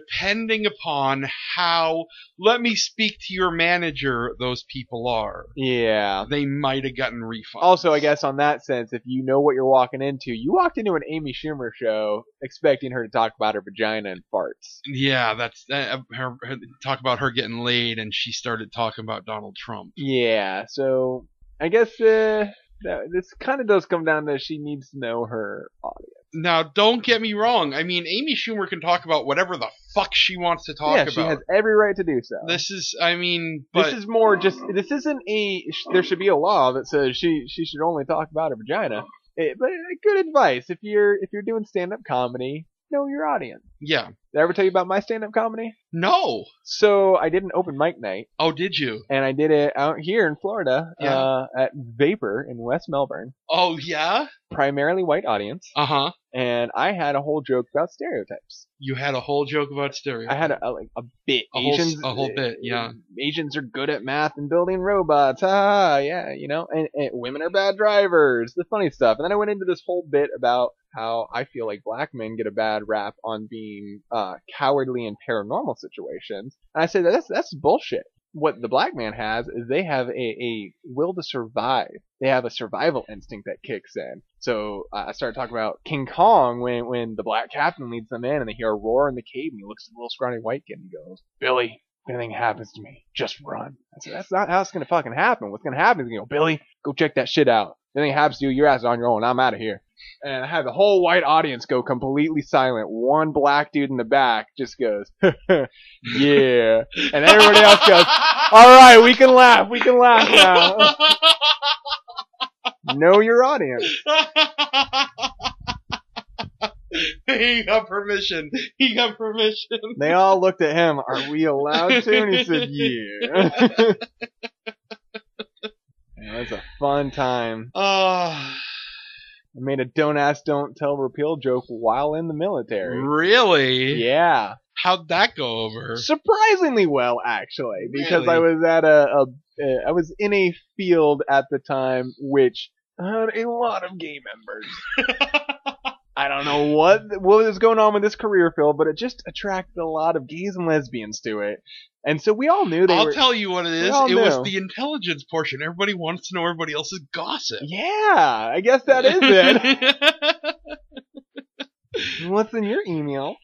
Speaker 6: depending upon how let me speak to your manager those people are,
Speaker 7: Yeah.
Speaker 6: they might have gotten refunds.
Speaker 7: Also, I guess on that sense, if you know what you're walking into, you walked into an Amy Schumer show expecting her to talk about her vagina and farts.
Speaker 6: yeah, that's uh, her, her talk about her getting laid, and she started talking about Donald Trump.
Speaker 7: Yeah, so I guess uh, that, this kind of does come down to she needs to know her uh, audience.
Speaker 6: Now, don't get me wrong. I mean, Amy Schumer can talk about whatever the fuck she wants to talk
Speaker 7: yeah,
Speaker 6: about.
Speaker 7: she has every right to do so.
Speaker 6: this is, I mean,
Speaker 7: This
Speaker 6: but
Speaker 7: is more just this isn't a sh- there should be a law that says she she should only talk about her vagina. Eh, but good advice if you're if you're doing stand up comedy, know your audience.
Speaker 6: yeah,
Speaker 7: Did I ever tell you about my stand up comedy?
Speaker 6: no.
Speaker 7: So I did an open mic night.
Speaker 6: Oh, did you?
Speaker 7: and I did it out here in Florida
Speaker 6: Yeah.
Speaker 7: uh, at Vapor in West Melbourne,
Speaker 6: Oh, yeah.
Speaker 7: primarily white audience,
Speaker 6: Uh huh.
Speaker 7: and I had a whole joke about stereotypes.
Speaker 6: You had a whole joke about stereo.
Speaker 7: I had a, a, like a bit.
Speaker 6: A whole s-
Speaker 7: Asians, uh,
Speaker 6: a whole bit, yeah.
Speaker 7: Asians are good at math and building robots. Ah, yeah, you know, and, and women are bad drivers. The funny stuff, and then I went into this whole bit about how I feel like black men get a bad rap on being uh, cowardly in paranormal situations, and I said that that's that's bullshit. What the black man has is they have a, a will to survive. They have a survival instinct that kicks in. So uh, I started talking about King Kong when, when the black captain leads them in and they hear a roar in the cave and he looks at the little scrawny white kid and he goes, Billy, if anything happens to me, just run. I said, that's not how it's going to fucking happen. What's going to happen is you go, Billy, go check that shit out. If anything happens to you, your ass is on your own. I'm out of here. And I had the whole white audience go completely silent. One black dude in the back just goes, yeah. And everybody else goes, all right, we can laugh. We can laugh now. know your audience.
Speaker 6: he got permission. He got permission.
Speaker 7: They all looked at him. Are we allowed to? And he said, yeah. Man, It was a fun time.
Speaker 6: Uh,
Speaker 7: I made a don't ask, don't tell repeal joke while in the military.
Speaker 6: really?
Speaker 7: Yeah.
Speaker 6: How'd that go over?
Speaker 7: Surprisingly well, actually, because
Speaker 6: Really?
Speaker 7: I was at a, a, a I was in a field at the time which had a lot of gay members. I don't know what what was going on with this career field, but it just attracted a lot of gays and lesbians to it, and so we all knew they
Speaker 6: I'll
Speaker 7: were.
Speaker 6: tell you what it is.
Speaker 7: all
Speaker 6: It was
Speaker 7: know.
Speaker 6: the intelligence portion. Everybody wants to know everybody else's gossip.
Speaker 7: yeah, I guess that is it. What's in your email?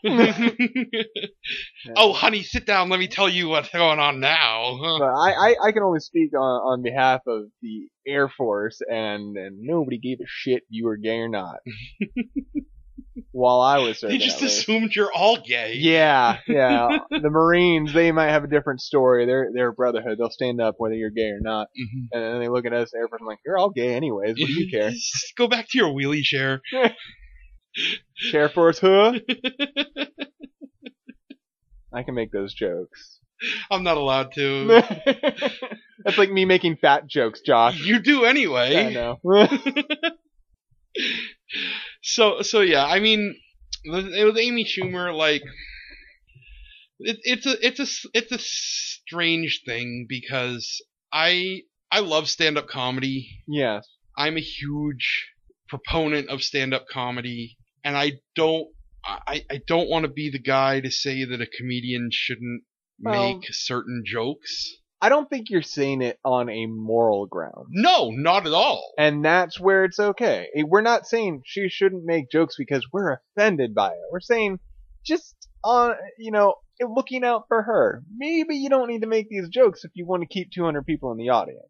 Speaker 6: oh, honey, sit down. Let me tell you what's going on now. huh?
Speaker 7: But I, I, I can only speak on, on behalf of the Air Force, and, and nobody gave a shit you were gay or not. While I was
Speaker 6: They
Speaker 7: serving,
Speaker 6: just
Speaker 7: at least.
Speaker 6: assumed you're all gay.
Speaker 7: Yeah, yeah. the Marines, they might have a different story. They're they're a brotherhood. They'll stand up whether you're gay or not.
Speaker 6: Mhm.
Speaker 7: And then they look at us, Air Force, and like, you're all gay anyways. What do you care?
Speaker 6: Just Go back to your wheelie chair.
Speaker 7: Air Force, huh? I can make those jokes.
Speaker 6: I'm not allowed to.
Speaker 7: That's like me making fat jokes, Josh.
Speaker 6: you do anyway.
Speaker 7: I know.
Speaker 6: So so yeah, I mean, it was Amy Schumer. Like, it, it's a it's a s- it's a strange thing because I I love stand up comedy.
Speaker 7: yes.
Speaker 6: I'm a huge proponent of stand up comedy, and I don't I I don't want to be the guy to say that a comedian shouldn't
Speaker 7: Well-
Speaker 6: make certain jokes.
Speaker 7: I don't think you're saying it on a moral ground.
Speaker 6: No, not at all.
Speaker 7: And that's where it's okay. Eh, We're not saying she shouldn't make jokes because we're offended by it. We're saying just on, you know, eh, looking out for her. Maybe you don't need to make these jokes if you want to keep 200 people in the audience.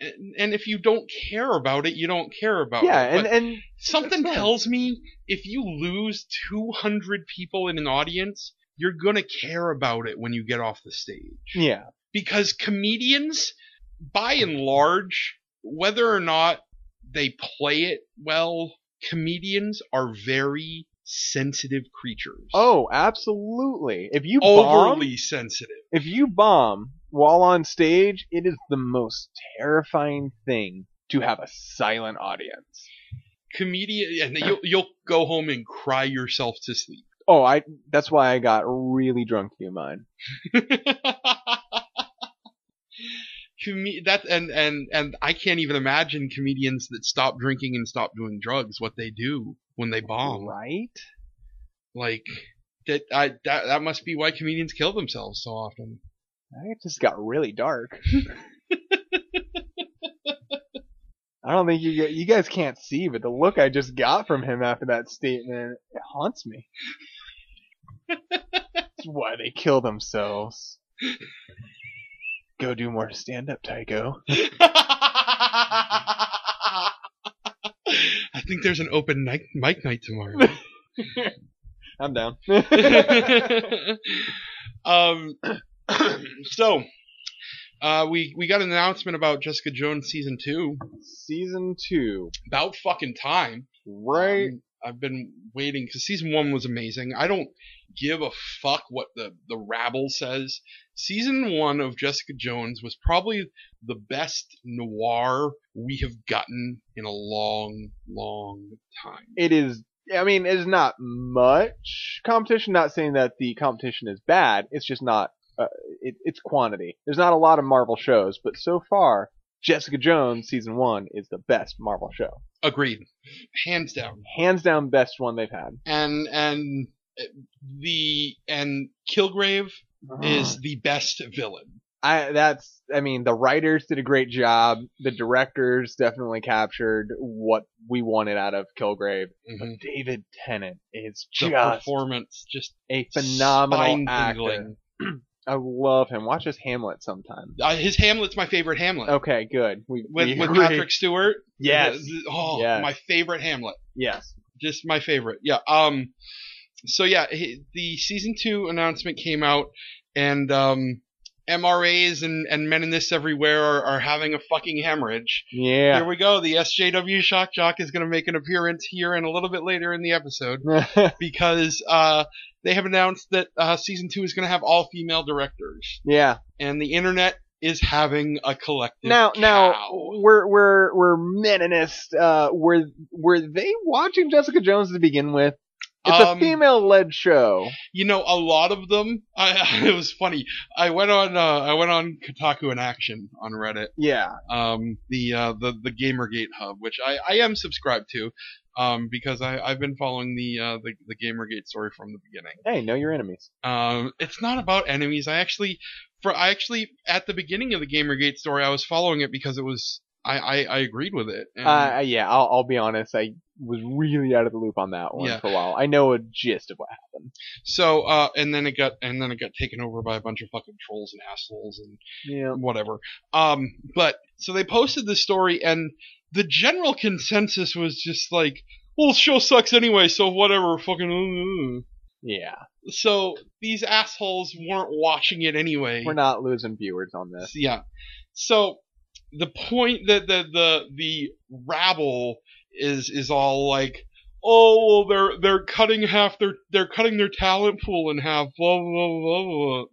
Speaker 6: And, and if you don't care about it, you don't care about
Speaker 7: yeah,
Speaker 6: it. Oh, But-
Speaker 7: and, and
Speaker 6: Something
Speaker 7: That's fine.
Speaker 6: tells me if you lose 200 people in an audience, you're going to care about it when you get off the stage.
Speaker 7: yeah,
Speaker 6: Because comedians, by and large, whether or not they play it well, comedians are very sensitive creatures.
Speaker 7: oh, absolutely. If you bomb,
Speaker 6: Overly sensitive.
Speaker 7: if you bomb while on stage, it is the most terrifying thing to have a silent audience.
Speaker 6: Comedian, and you'll, you'll go home and cry yourself to sleep.
Speaker 7: Oh, I. That's why I got really drunk to do mine.
Speaker 6: Comed- that and and and I can't even imagine comedians that stop drinking and stop doing drugs what they do when they bomb.
Speaker 7: right?
Speaker 6: Like that I that that must be why comedians kill themselves so often.
Speaker 7: I just got really dark. I don't think you gu- you guys can't see, but the look I just got from him after that statement it haunts me. That's why they kill themselves. Go do more stand up, Tycho.
Speaker 6: I think there's an open night, mic night tomorrow.
Speaker 7: I'm down.
Speaker 6: um, so uh, we we got an announcement about Jessica Jones season two.
Speaker 7: Season two,
Speaker 6: About fucking time.
Speaker 7: right?
Speaker 6: Um, I've been waiting because season one was amazing. I don't give a fuck what the the rabble says. Season one of Jessica Jones was probably the best noir we have gotten in a long, long time.
Speaker 7: it is I mean, it's not much competition. Not saying that the competition is bad. It's just not. Uh, it, it's quantity. There's not a lot of Marvel shows, but so far, Jessica Jones season one is the best Marvel show,
Speaker 6: Agreed, hands down.
Speaker 7: hands down, best one they've had.
Speaker 6: And and uh, the and Kilgrave
Speaker 7: Mm.
Speaker 6: is the best villain.
Speaker 7: I that's I mean the writers did a great job. The directors definitely captured what we wanted out of Kilgrave.
Speaker 6: Mhm.
Speaker 7: David Tennant is
Speaker 6: The
Speaker 7: Mm-hmm. just
Speaker 6: performance just
Speaker 7: a phenomenal actor.
Speaker 6: spine-tingling.
Speaker 7: I love him. Watch his Hamlet sometime.
Speaker 6: Uh, his Hamlet's my favorite Hamlet.
Speaker 7: Okay, good. We,
Speaker 6: With,
Speaker 7: we
Speaker 6: with
Speaker 7: agree.
Speaker 6: Patrick Stewart,
Speaker 7: Yes,
Speaker 6: Th- th- Oh,
Speaker 7: Yes.
Speaker 6: my favorite Hamlet.
Speaker 7: yes.
Speaker 6: Just my favorite. Yeah. Um. So yeah, he- the season two announcement came out, and um, MRAs and and meninists everywhere are, are having a fucking hemorrhage. Here
Speaker 7: Yeah.
Speaker 6: we go. The SJW shock jock is going to make an appearance here and a little bit later in the episode because uh, they have announced that uh, season two is going to have all female directors,
Speaker 7: yeah.
Speaker 6: and the internet is having a collective.
Speaker 7: Now, now
Speaker 6: cow.
Speaker 7: we're we're we're meninist. Uh, were were they watching Jessica Jones to begin with? It's
Speaker 6: Um,
Speaker 7: a female-led show.
Speaker 6: you know, a lot of them. I, it was funny. I went on. Uh, I went on Kotaku in Action on Reddit,
Speaker 7: Yeah.
Speaker 6: um, the uh, the the GamerGate hub, which I, I am subscribed to. um, because I, I've been following the, uh, the the GamerGate story from the beginning.
Speaker 7: Hey, know your enemies.
Speaker 6: Um, it's not about enemies. I actually, for I actually at the beginning of the GamerGate story, I was following it because it was I I, I agreed with it. And,
Speaker 7: Uh, yeah, I'll, I'll be honest. I was really out of the loop on that one
Speaker 6: Yeah.
Speaker 7: for a while. I know a gist of what happened.
Speaker 6: so uh, and then it got and then it got taken over by a bunch of fucking trolls and assholes and
Speaker 7: Yeah.
Speaker 6: whatever. Um, but so they posted the story, and the general consensus was just like, "Well, the show sucks anyway, so whatever." Fucking.
Speaker 7: Yeah.
Speaker 6: So these assholes weren't watching it anyway.
Speaker 7: We're not losing viewers on this.
Speaker 6: Yeah. So the point that the the the rabble is is all like, oh, well, they're they're cutting half their they're cutting their talent pool in half. Blah blah blah blah. blah.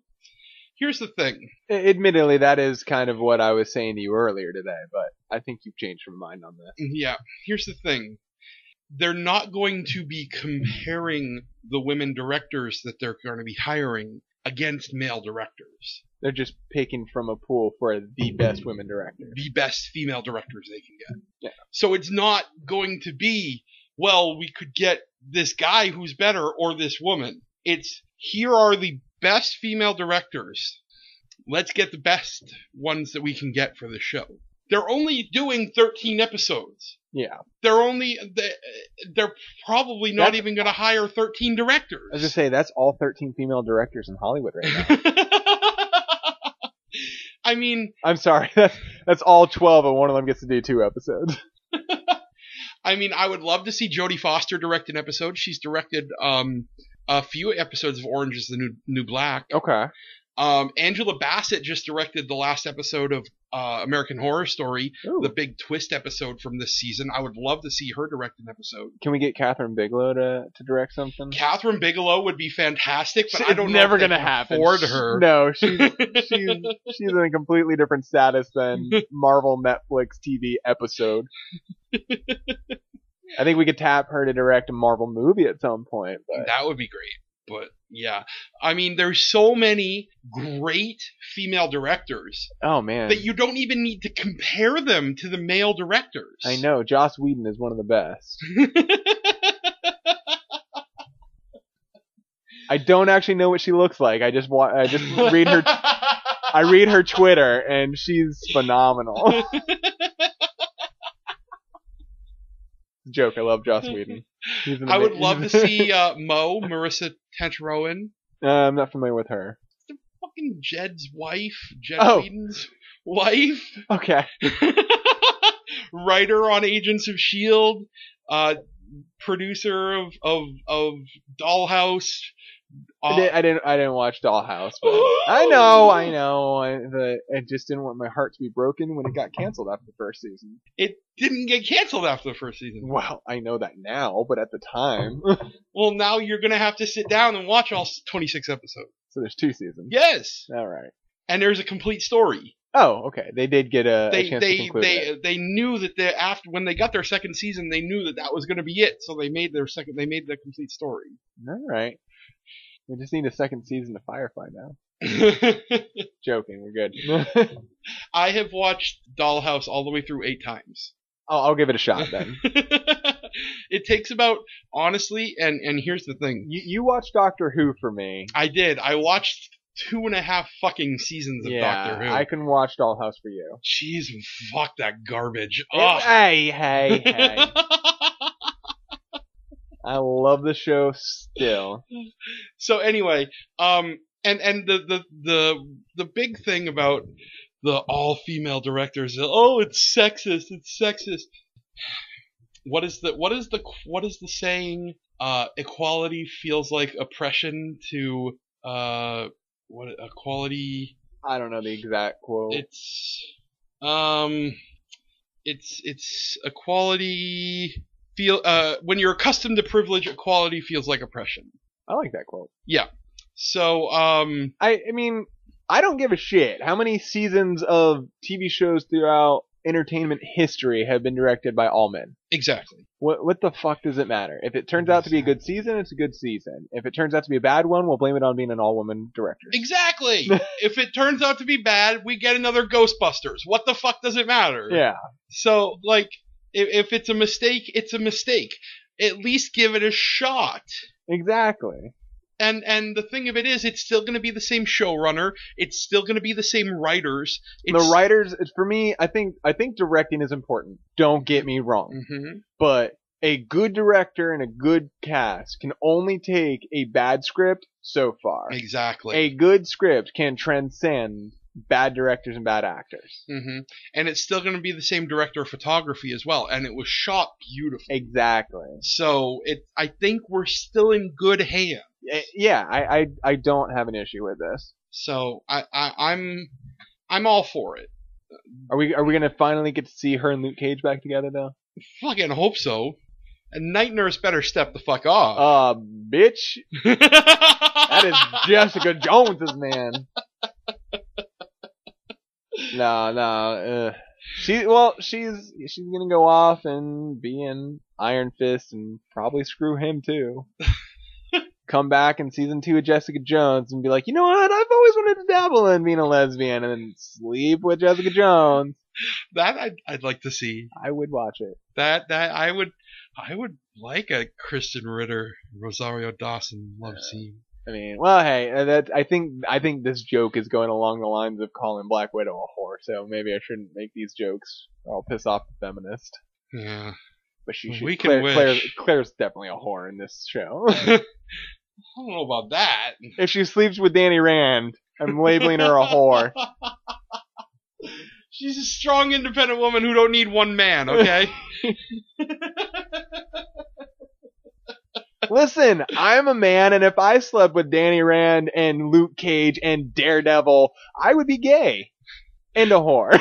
Speaker 6: Here's the thing.
Speaker 7: A- Admittedly, that is kind of what I was saying to you earlier today, but I think you've changed your mind on this.
Speaker 6: Yeah, here's the thing. They're not going to be comparing the women directors that they're going to be hiring against male directors.
Speaker 7: They're just picking from a pool for the best women director.
Speaker 6: Oh, the best female directors they can get.
Speaker 7: Yeah.
Speaker 6: So it's not going to be, well, we could get this guy who's better or this woman. It's here are the best female directors. Let's get the best ones that we can get for the show. They're only doing 13 episodes.
Speaker 7: Yeah.
Speaker 6: They're only they- they're probably not
Speaker 7: That's-
Speaker 6: even going to hire 13 directors.
Speaker 7: I was just say that's all 13 female directors in Hollywood right now.
Speaker 6: I mean,
Speaker 7: I'm sorry, that's that's all 12, and one of them gets to do two episodes.
Speaker 6: I mean, I would love to see Jodie Foster direct an episode. She's directed um, a few episodes of Orange Is the New New Black.
Speaker 7: Okay.
Speaker 6: Um, Angela Bassett just directed the last episode of uh, American Horror Story, the big twist episode from this season. I would love to see her direct an episode.
Speaker 7: Can we get Catherine Bigelow to, to direct something?
Speaker 6: Catherine Bigelow would be fantastic, but
Speaker 7: She-
Speaker 6: I don't
Speaker 7: it's
Speaker 6: know
Speaker 7: never
Speaker 6: if they
Speaker 7: gonna
Speaker 6: can
Speaker 7: happen.
Speaker 6: afford
Speaker 7: She-
Speaker 6: her.
Speaker 7: No, she's she's she's in a completely different status than Marvel Netflix TV episode. I think we could tap her to direct a Marvel movie at some point, but
Speaker 6: That would be great. But yeah, I mean, there's so many great female directors
Speaker 7: oh man,
Speaker 6: that you don't even need to compare them to the male directors.
Speaker 7: I know Joss Whedon is one of the best. I don't actually know what she looks like. I just wa- I just read her I read her Twitter and she's phenomenal. Joke, I love Joss Whedon. He's an
Speaker 6: I would
Speaker 7: ama-
Speaker 6: love to see uh, Mo, Marissa Tentrowen,
Speaker 7: Uh, I'm not familiar with her.
Speaker 6: fucking Jed's wife, Jed
Speaker 7: Oh.
Speaker 6: Whedon's wife,
Speaker 7: Okay.
Speaker 6: writer on Agents of Shield, E uh, producer of of of Dollhouse.
Speaker 7: I,
Speaker 6: uh,
Speaker 7: did, I didn't. I didn't watch Dollhouse. But I know. I know. I, the, I just didn't want my heart to be broken when it got canceled after the first season.
Speaker 6: it didn't get canceled after the first season.
Speaker 7: Well, I know that now, but at the time,
Speaker 6: Well, now you're gonna have to sit down and watch all 26 episodes.
Speaker 7: so there's two seasons.
Speaker 6: Yes,
Speaker 7: All right.
Speaker 6: and there's a complete story.
Speaker 7: Oh, okay. They did get a, a
Speaker 6: they
Speaker 7: chance to
Speaker 6: they
Speaker 7: conclude
Speaker 6: they
Speaker 7: it.
Speaker 6: they knew that they after when they got their second season they knew that that was going to be it so they made their second they made the complete story
Speaker 7: All right. We just need a second season of Firefly now. Joking. We're good.
Speaker 6: i have watched dollhouse all the way through eight times
Speaker 7: I'll, I'll give it a shot then.
Speaker 6: it takes about honestly and and here's the thing
Speaker 7: you, you watch Doctor Who for me.
Speaker 6: i did i watched two and a half fucking seasons of
Speaker 7: yeah,
Speaker 6: doctor who
Speaker 7: I can watch Dollhouse for you.
Speaker 6: jeez fuck that garbage Ah. Ugh.
Speaker 7: Hey, hey, hey. I love the show still.
Speaker 6: so anyway, um, and and the the the the big thing about the all female directors, oh, it's sexist, it's sexist. What is the what is the what is the saying? Uh, equality feels like oppression to uh, what equality?
Speaker 7: I don't know the exact quote.
Speaker 6: It's um, it's it's equality feel uh when you're accustomed to privilege, equality feels like oppression.
Speaker 7: I like that quote.
Speaker 6: So um,
Speaker 7: I, I mean, I don't give a shit how many seasons of TV shows throughout entertainment history have been directed by all men.
Speaker 6: Exactly.
Speaker 7: What, what the fuck does it matter? If it turns out to be a good season, it's a good season. If it turns out to be a bad one, we'll blame it on being an all-woman director.
Speaker 6: Exactly. if it turns out to be bad, we get another Ghostbusters. What the fuck does it matter?
Speaker 7: Yeah.
Speaker 6: So like If, if it's a mistake, it's a mistake. At least give it a shot.
Speaker 7: Exactly.
Speaker 6: And and the thing of it is, it's still going to be the same showrunner. It's still going to be the same writers. It's,
Speaker 7: the writers, it's- for me, I think I think directing is important. Don't get me wrong,
Speaker 6: Mhm.
Speaker 7: but a good director and a good cast can only take a bad script so far.
Speaker 6: Exactly.
Speaker 7: A good script can transcend bad directors and bad actors.
Speaker 6: hmm And it's still going to be the same director of photography as well, and it was shot beautifully.
Speaker 7: Exactly.
Speaker 6: So it, I think we're still in good hands.
Speaker 7: Eh, Yeah, I, I I don't have an issue with this.
Speaker 6: So I, I, I'm, I'm all for it.
Speaker 7: Are we are we gonna finally get to see her and Luke Cage back together though?
Speaker 6: Fucking hope so. And Night Nurse better step the fuck off.
Speaker 7: Uh, bitch, that
Speaker 6: that
Speaker 7: is Jessica Jones's man. No, no. Uh, she well, she's she's gonna go off and be in Iron Fist and probably screw him too. Come back in season two of Jessica Jones and be like, you know what? I've always wanted to dabble in being a lesbian and then sleep with Jessica Jones.
Speaker 6: that I'd, I'd like to see.
Speaker 7: I would watch it.
Speaker 6: That that I would, I would like a Kristen Ritter Rosario Dawson love scene.
Speaker 7: I mean, well, hey, uh, that I think I think this joke is going along the lines of calling Black Widow a whore, so maybe I shouldn't make these jokes. I'll piss off the feminist.
Speaker 6: Yeah.
Speaker 7: But she
Speaker 6: Well,
Speaker 7: should.
Speaker 6: we can
Speaker 7: Claire, Claire,
Speaker 6: wish.
Speaker 7: Claire's definitely a whore in this show.
Speaker 6: I don't know about that.
Speaker 7: if she sleeps with Danny Rand, I'm labeling her a whore.
Speaker 6: She's a strong, independent woman who don't need one man. Okay.
Speaker 7: Listen, I'm a man, and if I slept with Danny Rand and Luke Cage and Daredevil, I would be gay and a whore.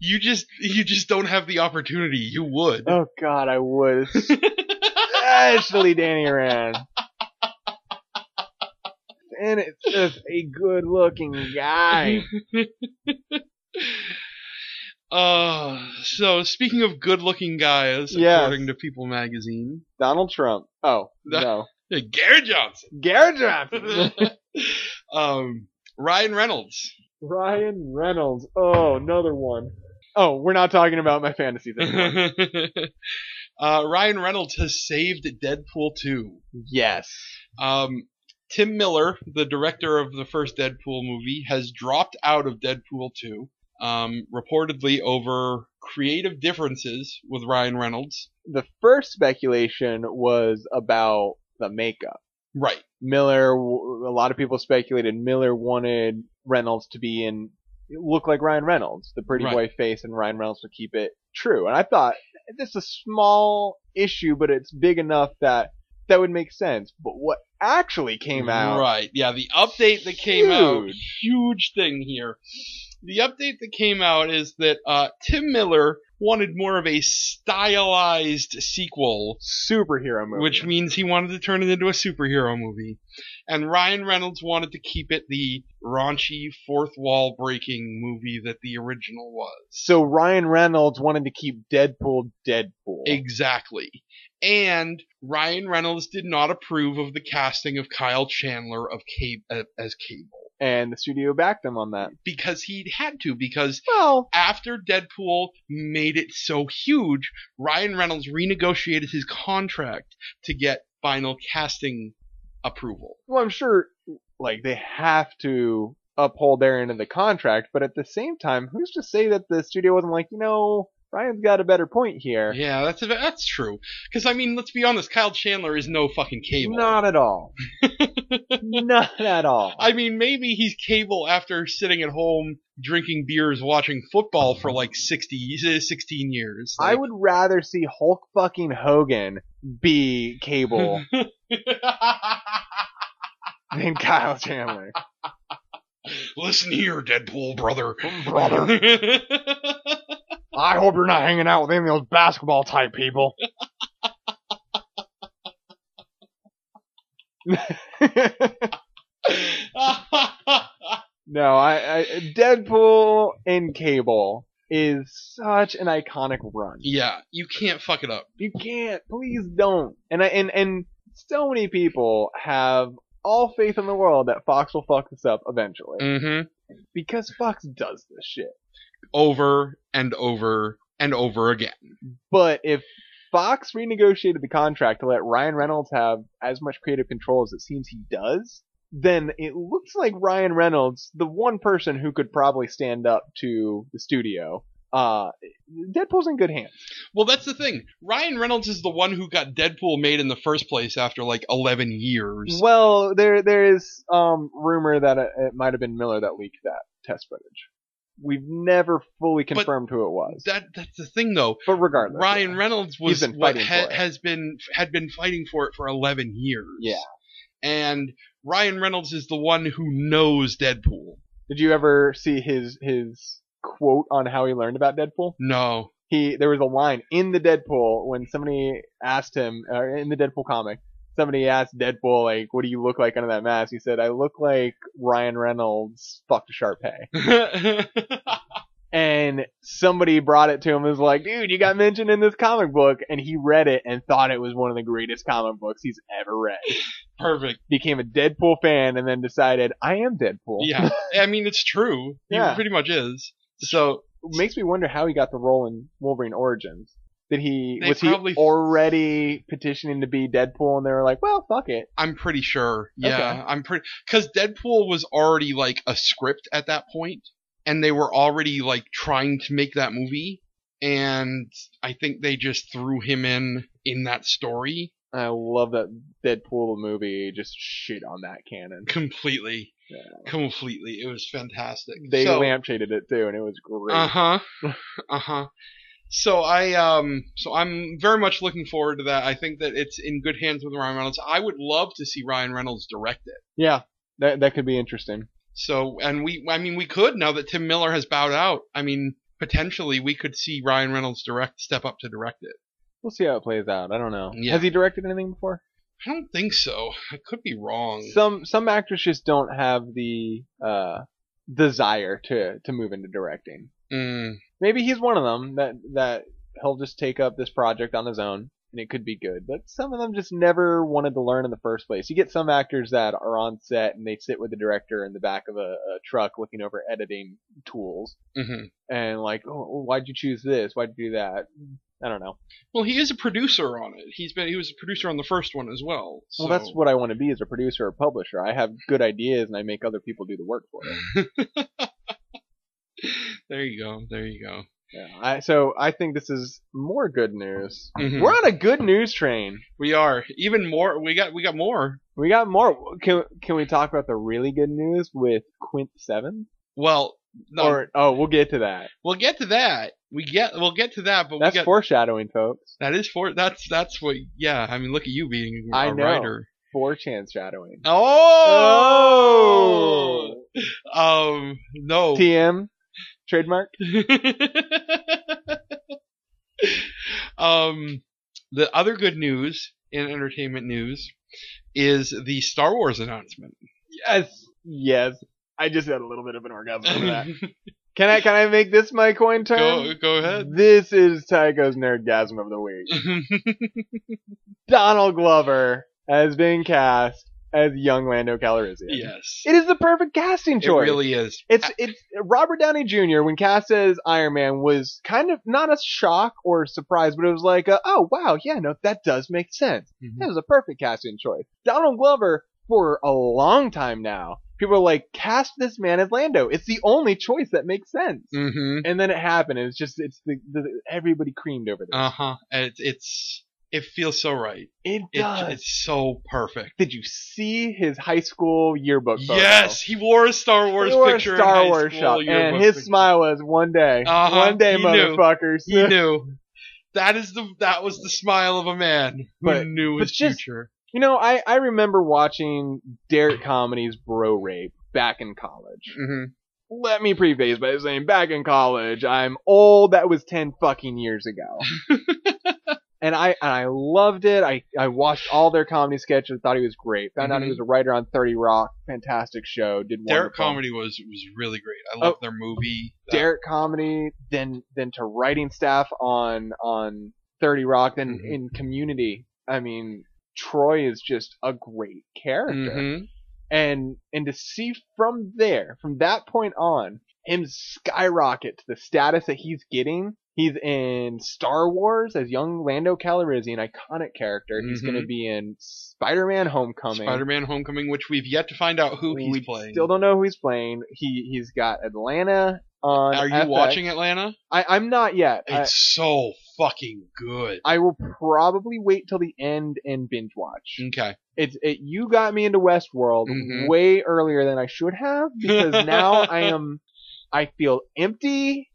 Speaker 6: you just you just don't have the opportunity. You would.
Speaker 7: Oh God, I would, especially Danny Rand. And it's just a good-looking guy.
Speaker 6: Uh, so speaking of good-looking guys,
Speaker 7: Yes.
Speaker 6: according to People Magazine,
Speaker 7: Donald Trump. Oh no,
Speaker 6: Gary Johnson,
Speaker 7: Garrett Johnson.
Speaker 6: um, Ryan Reynolds.
Speaker 7: Ryan Reynolds. Oh, another one. Oh, we're not talking about my fantasies anymore.
Speaker 6: uh, Ryan Reynolds has saved Deadpool 2.
Speaker 7: yes.
Speaker 6: Um, Tim Miller, the director of the first Deadpool movie, has dropped out of Deadpool 2, um, reportedly over creative differences with Ryan Reynolds.
Speaker 7: The first speculation was about the makeup.
Speaker 6: Right.
Speaker 7: Miller, w- a lot of people speculated Miller wanted Reynolds to be in, look like Ryan Reynolds, the pretty
Speaker 6: Right.
Speaker 7: boy face, and Ryan Reynolds would keep it true. And I thought, this is a small issue, but it's big enough that that would make sense. But what actually came out,
Speaker 6: Right. Yeah, the update that came out,
Speaker 7: Huge.
Speaker 6: huge thing here. The update that came out is that uh, Tim Miller wanted more of a stylized sequel
Speaker 7: superhero movie.
Speaker 6: which means he wanted to turn it into a superhero movie. And Ryan Reynolds wanted to keep it the raunchy, fourth wall breaking movie that the original was.
Speaker 7: So Ryan Reynolds wanted to keep Deadpool Deadpool.
Speaker 6: Exactly. And Ryan Reynolds did not approve of the casting of Kyle Chandler of Cab- uh, as Cable
Speaker 7: and the studio backed him on that.
Speaker 6: because he had to because
Speaker 7: Well,
Speaker 6: after Deadpool made it so huge, Ryan Reynolds renegotiated his contract to get final casting approval.
Speaker 7: well, I'm sure like they have to uphold their end of the contract, but at the same time, who's to say that the studio wasn't like, you know, Ryan's got a better point here?
Speaker 6: Yeah, that's that's true. Because I mean, let's be honest, Kyle Chandler is no fucking Cable.
Speaker 7: Not at all. Not at all.
Speaker 6: I mean, maybe he's Cable after sitting at home drinking beers, watching football for like 60, uh, 16 years.
Speaker 7: I
Speaker 6: Like-
Speaker 7: would rather see Hulk fucking Hogan be Cable than Kyle Chandler.
Speaker 6: Listen here, Deadpool brother.
Speaker 7: Brother. I hope you're not hanging out with any of those basketball type people. no, I, I Deadpool and Cable is such an iconic run.
Speaker 6: yeah, you can't fuck it up.
Speaker 7: You can't, please don't. And I and and so many people have all faith in the
Speaker 6: Mm.
Speaker 7: world that Fox will fuck this up eventually
Speaker 6: Mm-hmm.
Speaker 7: because Fox does this shit.
Speaker 6: over and over and over again.
Speaker 7: But if Fox renegotiated the contract to let Ryan Reynolds have as much creative control as it seems he does, then it looks like Ryan Reynolds, the one person who could probably stand up to the studio, uh, Deadpool's in good hands.
Speaker 6: Well, that's the thing. Ryan Reynolds is the one who got Deadpool made in the first place after like 11 years.
Speaker 7: Well, there there is um rumor that it, it might have been Miller that leaked that test footage. We've never fully confirmed who it was,
Speaker 6: That that's the thing though.
Speaker 7: but regardless,
Speaker 6: Ryan
Speaker 7: yeah.
Speaker 6: Reynolds was
Speaker 7: been
Speaker 6: what
Speaker 7: fighting
Speaker 6: ha-
Speaker 7: for it.
Speaker 6: has been had been fighting for it for 11 years.
Speaker 7: Yeah.
Speaker 6: And Ryan Reynolds is the one who knows Deadpool.
Speaker 7: Did you ever see his his quote on how he learned about Deadpool?
Speaker 6: No.
Speaker 7: He there was a line in the Deadpool when somebody asked him, or in the Deadpool comic, somebody asked Deadpool like, "What do you look like under that mask?" He said, "I look like Ryan Reynolds fucked a Sharpay." And somebody brought it to him and was like, "Dude, you got mentioned in this comic book," and he read it and thought it was one of the greatest comic books he's ever read.
Speaker 6: Perfect.
Speaker 7: Became a Deadpool fan and then decided, "I am Deadpool."
Speaker 6: Yeah. I mean, it's true.
Speaker 7: Yeah.
Speaker 6: He pretty much is. So
Speaker 7: makes me wonder how he got the role in Wolverine Origins. Did he
Speaker 6: They
Speaker 7: was
Speaker 6: probably-
Speaker 7: he already petitioning to be Deadpool, and they were like, "Well, fuck it."
Speaker 6: I'm pretty sure. Yeah.
Speaker 7: Okay.
Speaker 6: I'm pretty because Deadpool was already like a script at that point, and they were already like trying to make that movie. And I think they just threw him in in that story.
Speaker 7: I love that Deadpool movie just shit on that canon.
Speaker 6: completely
Speaker 7: Yeah.
Speaker 6: completely it was fantastic
Speaker 7: They
Speaker 6: so,
Speaker 7: lampshaded it too, and it was great.
Speaker 6: uh-huh uh-huh so i um so i'm very much looking forward to that i think that it's in good hands with ryan reynolds i would love to see ryan reynolds direct it
Speaker 7: Yeah, that that could be interesting.
Speaker 6: so and we i mean we could now that tim miller has bowed out i mean potentially we could see ryan reynolds direct step up to direct it
Speaker 7: We'll see how it plays out. I don't know.
Speaker 6: Yeah.
Speaker 7: Has he directed anything before?
Speaker 6: i don't think so i could be wrong
Speaker 7: Some some actors just don't have the uh, desire to to move into directing.
Speaker 6: Mm,
Speaker 7: maybe he's one of them that that he'll just take up this project on his own and it could be good but some of them just never wanted to learn in the first place you get some actors that are on set and they sit with the director in the back of a, a truck looking over editing tools
Speaker 6: mhm.
Speaker 7: and like oh, why'd you choose this why'd you do that i don't know
Speaker 6: well he is a producer on it he's been he was a producer on the first one as well so.
Speaker 7: well that's what i want to be as a producer or publisher i have good ideas and i make other people do the work for it
Speaker 6: there you go. There you go.
Speaker 7: yeah. I, so i think this is more good news
Speaker 6: Mhm.
Speaker 7: we're on a good news train
Speaker 6: We are even more. We got we got more.
Speaker 7: We got more. Can can we talk about the really good news with Quint Seven?
Speaker 6: Well, no,
Speaker 7: Or oh, we'll get to that.
Speaker 6: we'll get to that. We get we'll get to that. But
Speaker 7: That's
Speaker 6: we got
Speaker 7: foreshadowing, folks.
Speaker 6: that is for that's that's what. Yeah, I mean, look at you being a
Speaker 7: I know.
Speaker 6: writer.
Speaker 7: Four chan shadowing.
Speaker 6: Oh, um, no.
Speaker 7: TM trademark.
Speaker 6: um, the other good news in entertainment news is the Star Wars announcement.
Speaker 7: Yes, yes. I just had a little bit of an orgasm over that. can I can I make this my coin
Speaker 6: go
Speaker 7: term?
Speaker 6: go ahead.
Speaker 7: This is Tycho's nerdgasm of the week. Donald Glover has been cast as young Lando Calrissian.
Speaker 6: yes.
Speaker 7: It is the perfect casting
Speaker 6: It
Speaker 7: choice.
Speaker 6: really is.
Speaker 7: It's it's Robert Downey Jr. when cast as Iron Man was kind of not a shock or surprise, but it was like, uh, oh wow, yeah, no, that does make sense.
Speaker 6: Mm-hmm.
Speaker 7: That was a perfect casting choice. Donald Glover for a long time now, people are like, cast this man as Lando. It's the only choice that makes sense.
Speaker 6: Mm-hmm.
Speaker 7: And then it happened. It's just it's the, the everybody creamed over this.
Speaker 6: Uh huh. It's it's it feels so right.
Speaker 7: it
Speaker 6: It,
Speaker 7: does.
Speaker 6: it's so perfect.
Speaker 7: Did you see his high school yearbook? Photo?
Speaker 6: Yes, he wore a Star Wars
Speaker 7: He wore a
Speaker 6: picture. in
Speaker 7: Star
Speaker 6: high
Speaker 7: Wars
Speaker 6: school
Speaker 7: shop,
Speaker 6: yearbook
Speaker 7: and his
Speaker 6: picture.
Speaker 7: smile was one day,
Speaker 6: Uh-huh,
Speaker 7: one day,
Speaker 6: he knew.
Speaker 7: motherfuckers.
Speaker 6: He knew. That is the that was the smile of a man who
Speaker 7: But-
Speaker 6: knew
Speaker 7: but
Speaker 6: his
Speaker 7: just-
Speaker 6: future.
Speaker 7: You know, I, I remember watching Derek Comedy's Bro Rape back in college.
Speaker 6: hmm
Speaker 7: Let me preface by saying, back in college, I'm old. That was 10 fucking years ago. and I and I loved it. I, I watched all their comedy sketches, thought he was great. Found out he
Speaker 6: Mhm.
Speaker 7: was a writer on 30 Rock. Fantastic show. Did
Speaker 6: Derek
Speaker 7: wonderful.
Speaker 6: comedy was was really great. I love their movie. That-
Speaker 7: Oh, Derek Comedy, then then to writing staff on on 30 Rock, then
Speaker 6: Mhm.
Speaker 7: in Community. I mean, Troy is just a great character.
Speaker 6: Mhm.
Speaker 7: and and to see from there, from that point on, him skyrocket to the status that he's getting. He's in Star Wars as young Lando Calrissian, an iconic character. He's
Speaker 6: Mhm.
Speaker 7: going to be in Spider-Man: Homecoming.
Speaker 6: Spider-Man: Homecoming, which we've yet to find out who
Speaker 7: we
Speaker 6: he's playing.
Speaker 7: still don't know who he's playing. He he's got Atlanta on.
Speaker 6: Are you
Speaker 7: FX.
Speaker 6: watching Atlanta?
Speaker 7: I, I'm not yet. I-
Speaker 6: It's so fucking good.
Speaker 7: I will probably wait till the end and binge watch.
Speaker 6: Okay.
Speaker 7: It's it, you got me into Westworld
Speaker 6: Mhm.
Speaker 7: way earlier than I should have because now I am I feel empty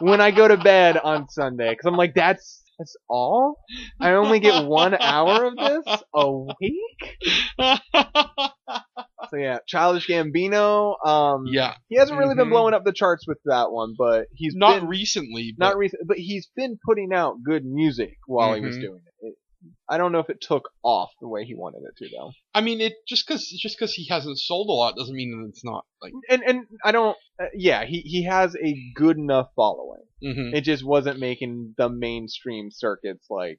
Speaker 7: when I go to bed on Sunday because I'm like that's that's all. I only get one hour of this a week. So yeah, Childish Gambino. Um,
Speaker 6: yeah,
Speaker 7: he hasn't really been
Speaker 6: Mhm.
Speaker 7: blowing up the charts with that one, but he's
Speaker 6: not
Speaker 7: been,
Speaker 6: recently. But
Speaker 7: not recent, but he's been putting out good music while he was
Speaker 6: Mhm.
Speaker 7: doing it. it. I don't know if it took off the way he wanted it to though,
Speaker 6: I mean, it just because just because he hasn't sold a lot doesn't mean that it's not like.
Speaker 7: and and I don't. Uh, yeah, he he has a good enough following.
Speaker 6: mhm.
Speaker 7: It just wasn't making the mainstream circuits like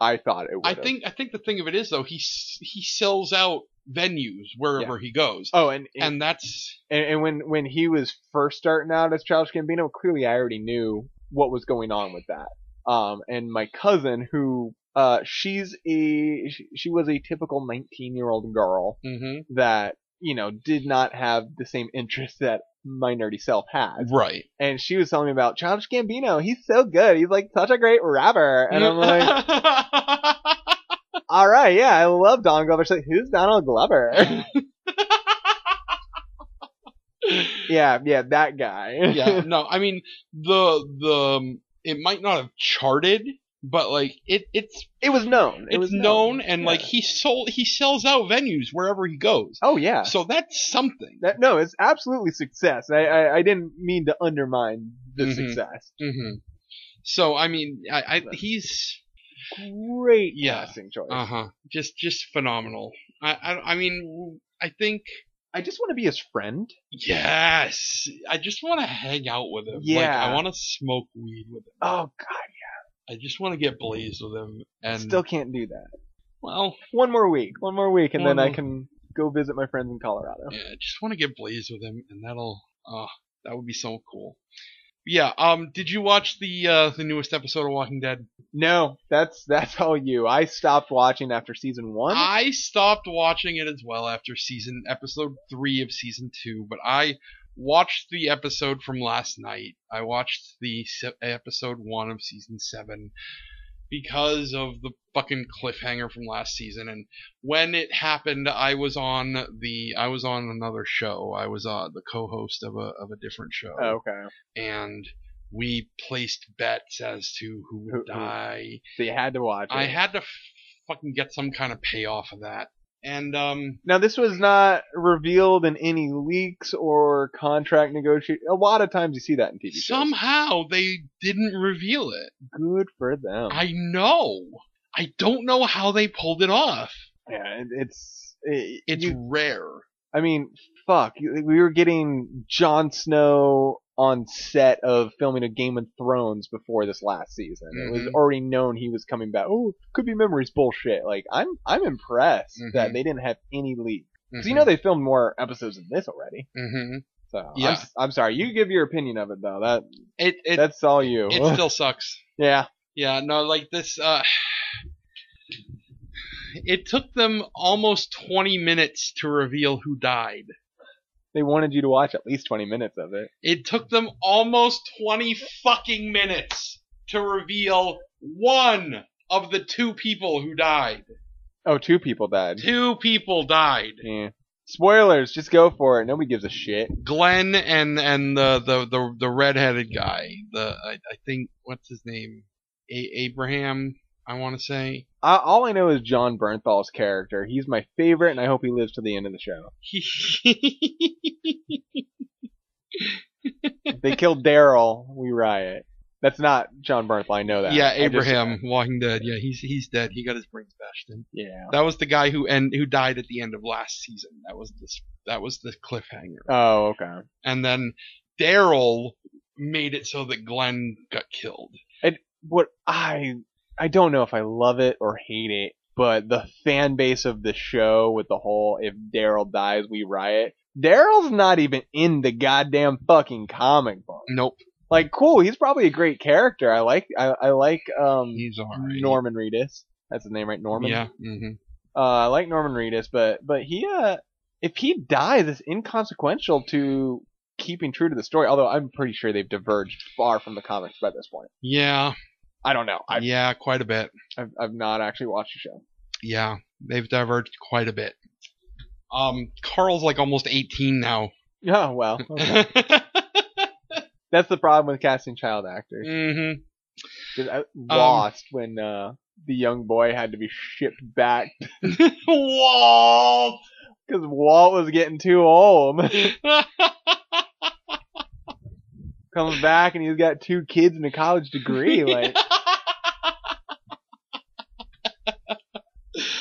Speaker 7: I thought it would.
Speaker 6: I think I think the thing of it is though he s- he sells out venues wherever he goes,
Speaker 7: Oh, and and,
Speaker 6: and that's
Speaker 7: and and when when he was first starting out as Childish Gambino, clearly I already knew what was going on with that. Um, and my cousin who. Uh, she's a she, she was a typical 19 year old girl
Speaker 6: mhm.
Speaker 7: that you know did not have the same interest that my nerdy self has.
Speaker 6: right.
Speaker 7: And she was telling me about Childish Gambino. He's so good. He's like such a great rapper. And I'm like, all right, yeah, I love Donald Glover. She's like, who's Donald Glover? yeah, yeah, that guy.
Speaker 6: yeah, no, I mean the the um, it might not have charted, but like it it's
Speaker 7: it was known. It
Speaker 6: it's
Speaker 7: was
Speaker 6: known, and
Speaker 7: Yeah.
Speaker 6: like he sold he sells out venues wherever he goes.
Speaker 7: oh yeah.
Speaker 6: So that's something.
Speaker 7: That, no, it's absolutely success. I, I, I didn't mean to undermine the
Speaker 6: Mhm.
Speaker 7: success.
Speaker 6: hmm So I mean, I, I he's
Speaker 7: Great
Speaker 6: Yeah.
Speaker 7: casting choice.
Speaker 6: uh huh, just just phenomenal. I, I I mean, I think
Speaker 7: I just want to be his friend.
Speaker 6: yes, I just want to hang out with him. like,
Speaker 7: Yeah.
Speaker 6: I want to smoke weed with him.
Speaker 7: Oh God,
Speaker 6: I just want to get blazed with him. And
Speaker 7: still can't do that.
Speaker 6: well,
Speaker 7: one more week, one more week, and
Speaker 6: One
Speaker 7: then I
Speaker 6: more-
Speaker 7: can go visit my friends in Colorado.
Speaker 6: Yeah, I just want to get blazed with him, and that'll uh that would be so cool. Yeah. Um. Did you watch the uh the newest episode of Walking Dead?
Speaker 7: No, that's that's all you. I stopped watching after season one.
Speaker 6: I stopped watching it as well after season episode three of season two, but I watched the episode from last night. I watched the se- episode one of season seven because of the fucking cliffhanger from last season and when it happened I was on the I was on another show. I was uh, the co-host of a of a different show.
Speaker 7: okay,
Speaker 6: and we placed bets as to who
Speaker 7: Who- who-
Speaker 6: would die.
Speaker 7: so you had to watch. It.
Speaker 6: I had to fucking get some kind of payoff of that. And um,
Speaker 7: Now this was not revealed in any leaks or contract negotiation. A lot of times you see that in TV shows.
Speaker 6: somehow they didn't reveal it.
Speaker 7: Good for them.
Speaker 6: I know. I don't know how they pulled it off.
Speaker 7: yeah, it, it's it,
Speaker 6: It's
Speaker 7: you-
Speaker 6: rare.
Speaker 7: I mean, fuck. you- We were getting Jon Snow on set of filming a Game of Thrones before this last season. It was
Speaker 6: Mhm.
Speaker 7: already known he was coming back. Oh, could be memories bullshit. Like I'm, I'm impressed that
Speaker 6: Mhm.
Speaker 7: they didn't have any leak. 'Cause
Speaker 6: Mm-hmm.
Speaker 7: you know they filmed more episodes than this already.
Speaker 6: hmm
Speaker 7: So I'm,
Speaker 6: Yeah.
Speaker 7: s- I'm sorry. You give your opinion of it though. That
Speaker 6: It it
Speaker 7: that's all you.
Speaker 6: it still sucks.
Speaker 7: yeah.
Speaker 6: Yeah, no, like this. Uh, it took them almost 20 minutes to reveal who died.
Speaker 7: They wanted you to watch at least 20 minutes of it.
Speaker 6: It took them almost 20 fucking minutes to reveal one of the two people who died.
Speaker 7: Oh, two people died.
Speaker 6: Two people died.
Speaker 7: Yeah. Spoilers. Just go for it. Nobody gives a shit.
Speaker 6: Glenn and and the the the, the redheaded guy. The I, I think what's his name? A- Abraham, I want to say.
Speaker 7: I, all I know is John Bernthal's character. He's my favorite, and I hope he lives to the end of the show. If they kill Daryl, we riot. That's not John Bernthal. I know that.
Speaker 6: yeah,
Speaker 7: I just-
Speaker 6: Abraham, Walking Dead. Yeah, he's he's dead. He got his brains bashed in.
Speaker 7: yeah.
Speaker 6: That was the guy who and who died at the end of last season. That was this. That was the cliffhanger.
Speaker 7: Oh, okay.
Speaker 6: and then Daryl made it so that Glenn got killed.
Speaker 7: What I I don't know if I love it or hate it, but the fan base of the show with the whole if Daryl dies we riot. Daryl's not even in the goddamn fucking comic book.
Speaker 6: Nope,
Speaker 7: Like, cool, he's probably a great character. I like, I, I like, um,
Speaker 6: he's alright.
Speaker 7: Norman Reedus. That's his name, right? Norman.
Speaker 6: Yeah. hmm
Speaker 7: Uh, I like Norman Reedus, but but he, uh, if he dies, it's inconsequential to keeping true to the story. Although I'm pretty sure they've diverged far from the comics by this point.
Speaker 6: Yeah.
Speaker 7: I don't know. I've,
Speaker 6: yeah. Quite a bit.
Speaker 7: I've, I've not actually watched the show.
Speaker 6: Yeah. They've diverged quite a bit. Um, Carl's like almost 18 now. Mm-hmm.
Speaker 7: Yeah, Oh, well, okay. that's the problem with casting child actors.
Speaker 6: hmm
Speaker 7: 'Cause I lost when uh, the young boy had to be shipped back
Speaker 6: Walt.
Speaker 7: because Walt was getting too old. Comes back and he's got two kids and a college degree. Like,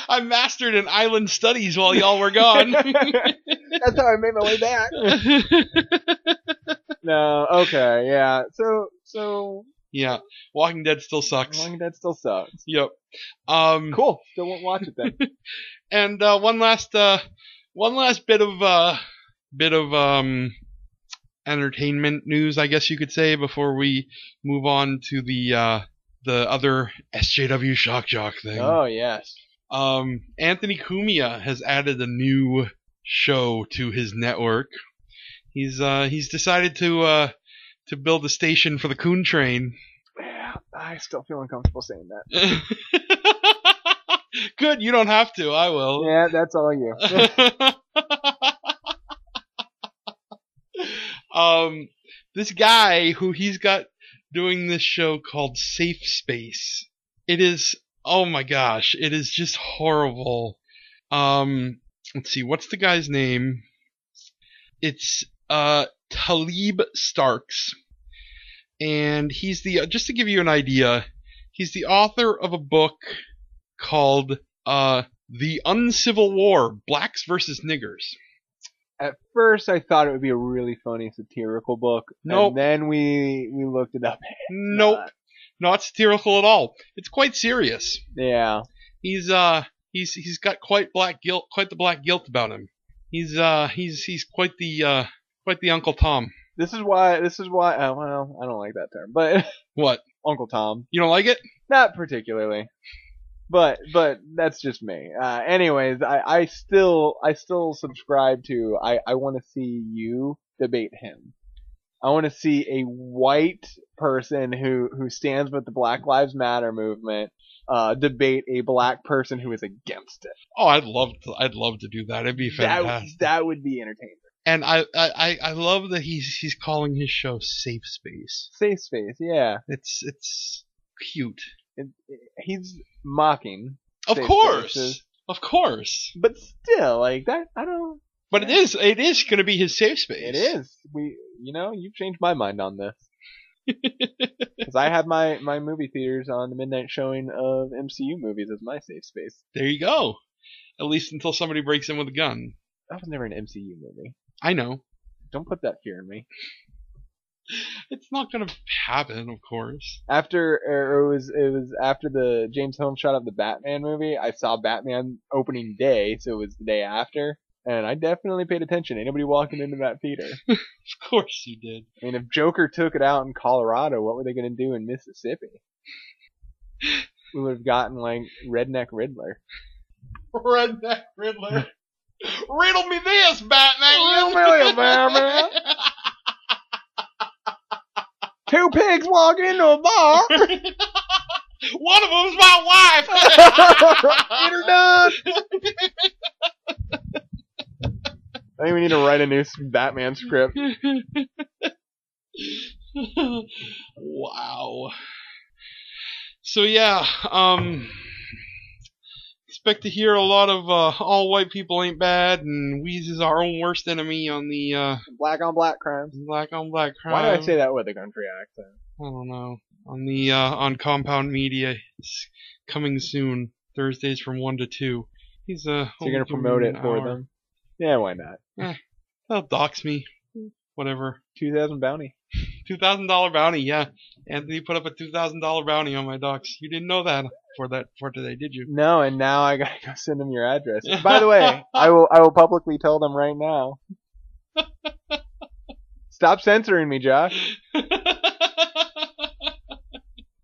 Speaker 6: I mastered in island studies while y'all were gone.
Speaker 7: that's how I made my way back. No, okay, yeah. So, so
Speaker 6: yeah. Walking Dead still sucks.
Speaker 7: Walking Dead still sucks.
Speaker 6: Yep. Um,
Speaker 7: Cool. Still won't watch it then.
Speaker 6: And uh, one last, uh, one last bit of, uh, bit of um, entertainment news, I guess you could say, before we move on to the uh, the other SJW shock jock thing.
Speaker 7: oh yes.
Speaker 6: Um, Anthony Cumia has added a new show to his network. He's uh, he's decided to uh, to build a station for the Coon Train.
Speaker 7: I still feel uncomfortable saying that.
Speaker 6: Good, you don't have to. I will.
Speaker 7: Yeah, that's all you.
Speaker 6: um, this guy who he's got doing this show called Safe Space. It is oh my gosh, it is just horrible. Um, let's see, what's the guy's name? It's uh Talib Starks, and he's the just to give you an idea, he's the author of a book called uh the Uncivil War: Blacks versus Niggers.
Speaker 7: At first, I thought it would be a really funny satirical book.
Speaker 6: Nope.
Speaker 7: And then we we looked it up.
Speaker 6: Nope, not satirical at all. It's quite serious.
Speaker 7: Yeah.
Speaker 6: He's uh he's he's got quite black guilt, quite the black guilt about him. He's uh he's he's quite the uh quite the Uncle Tom.
Speaker 7: This is why. This is why. Uh, well, I don't like that term, but
Speaker 6: What?
Speaker 7: Uncle Tom,
Speaker 6: You don't like it?
Speaker 7: not particularly. But but that's just me. Uh, anyways, I, I still I still subscribe to. I I want to see you debate him. I want to see a white person who who stands with the Black Lives Matter movement uh, debate a black person who is against it.
Speaker 6: Oh, I'd love to. I'd love to do that. It'd be
Speaker 7: that
Speaker 6: fantastic.
Speaker 7: that would be entertaining.
Speaker 6: and I, I, I- I love that he's he's calling his show Safe Space.
Speaker 7: Safe space, yeah.
Speaker 6: It's it's cute.
Speaker 7: It, it- he's mocking,
Speaker 6: Of
Speaker 7: Safe
Speaker 6: course,
Speaker 7: spaces.
Speaker 6: of course.
Speaker 7: but still, like that. I don't.
Speaker 6: But it is it is going to be his safe space.
Speaker 7: It is. We, you know, you've changed my mind on this. Because I have my my movie theaters on the midnight showing of MCU movies as my safe space.
Speaker 6: There you go. At least until somebody breaks in with a gun.
Speaker 7: That was never an MCU movie.
Speaker 6: I know
Speaker 7: Don't put that fear in me.
Speaker 6: it's not going to happen, of course.
Speaker 7: After er, it was it was after the James Holmes shot of the Batman movie. I saw Batman opening day, so it was the day after, and I definitely paid attention. Anybody walking into that theater.
Speaker 6: Of course you did.
Speaker 7: I mean, if Joker took it out in Colorado, what were they going to do in Mississippi? We would have gotten like redneck Riddler.
Speaker 6: Redneck Riddler. Riddle me this, Batman.
Speaker 7: Two pigs walking into a bar.
Speaker 6: One of them's my
Speaker 7: Get her done. I think we need to write a new s- Batman script.
Speaker 6: wife. wow. So yeah, um, expect to hear a lot of uh, all white people ain't bad and Wheeze is our own worst enemy on the uh,
Speaker 7: Black on black crimes.
Speaker 6: black on black crime.
Speaker 7: Why do I say that with a country accent?
Speaker 6: I don't know. On the uh, on Compound Media, it's coming soon. Thursdays from one to two. He's uh.
Speaker 7: So you're gonna
Speaker 6: only
Speaker 7: promote
Speaker 6: doing
Speaker 7: it
Speaker 6: an
Speaker 7: for
Speaker 6: hour.
Speaker 7: them? Yeah, why not?
Speaker 6: They'll dox me. Whatever.
Speaker 7: Two thousand bounty.
Speaker 6: Two thousand dollar bounty, yeah. Anthony put up a two thousand dollar bounty on my ducks. You didn't know that for that for today, did you?
Speaker 7: No, and now I gotta go send them your address. By the way, I will I will publicly tell them right now. Stop censoring me, Josh.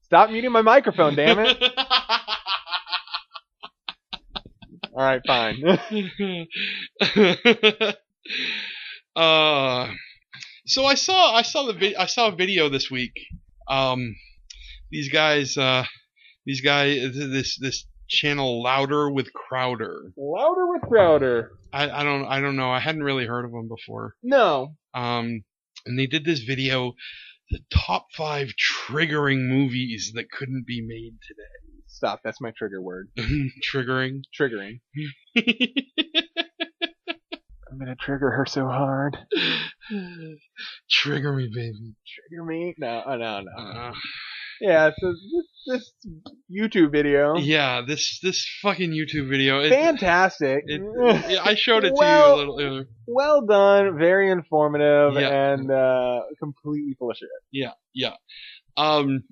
Speaker 7: Stop muting my microphone, damn it. All right, fine.
Speaker 6: uh, so I saw I saw the vi- I saw a video this week. Um, these guys, uh, these guys, this this channel louder with Crowder.
Speaker 7: Louder with Crowder.
Speaker 6: I, I don't I don't know. I hadn't really heard of them before.
Speaker 7: No.
Speaker 6: Um, and they did this video, the top five triggering movies that couldn't be made
Speaker 7: Stop. That's my trigger word.
Speaker 6: today. triggering.
Speaker 7: Triggering. I'm gonna trigger her so hard.
Speaker 6: Trigger me, baby.
Speaker 7: Trigger me? No, oh, no, no.
Speaker 6: Uh,
Speaker 7: Yeah. So this, this YouTube video,
Speaker 6: yeah, this this fucking YouTube video. It,
Speaker 7: fantastic.
Speaker 6: it- yeah, I showed it to you
Speaker 7: Well-
Speaker 6: a little. Uh,
Speaker 7: well done. Very informative
Speaker 6: Yeah.
Speaker 7: and uh, completely full of shit.
Speaker 6: Um,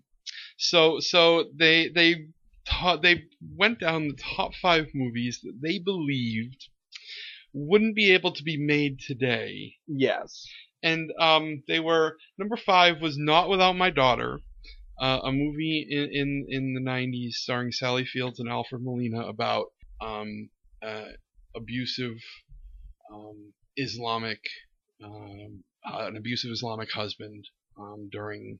Speaker 6: so so they they ta- they went down the top five movies that they believed wouldn't be able to be made today,
Speaker 7: Yes.
Speaker 6: and um, they were number five was Not Without My Daughter, uh, a movie in, in in the '90s starring Sally Fields and Alfred Molina about um, uh, abusive um, Islamic um, uh, an abusive Islamic husband um, during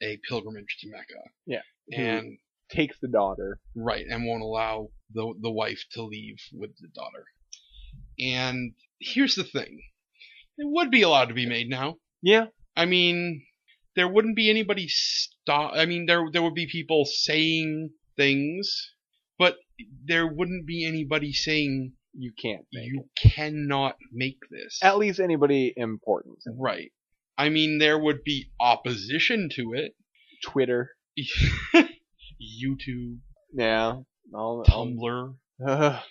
Speaker 6: a pilgrimage to Mecca,
Speaker 7: Who
Speaker 6: and
Speaker 7: takes the daughter.
Speaker 6: right and won't allow the the wife to leave with the daughter. And here's the thing: it would be allowed to be made now.
Speaker 7: Yeah.
Speaker 6: I mean, there wouldn't be anybody stop. I mean, there there would be people saying things, but there wouldn't be anybody saying
Speaker 7: You can't. Make
Speaker 6: you cannot make this.
Speaker 7: At least anybody important.
Speaker 6: right. I mean, there would be opposition to it.
Speaker 7: Twitter.
Speaker 6: YouTube,
Speaker 7: Yeah. All, all,
Speaker 6: Tumblr,
Speaker 7: Ugh.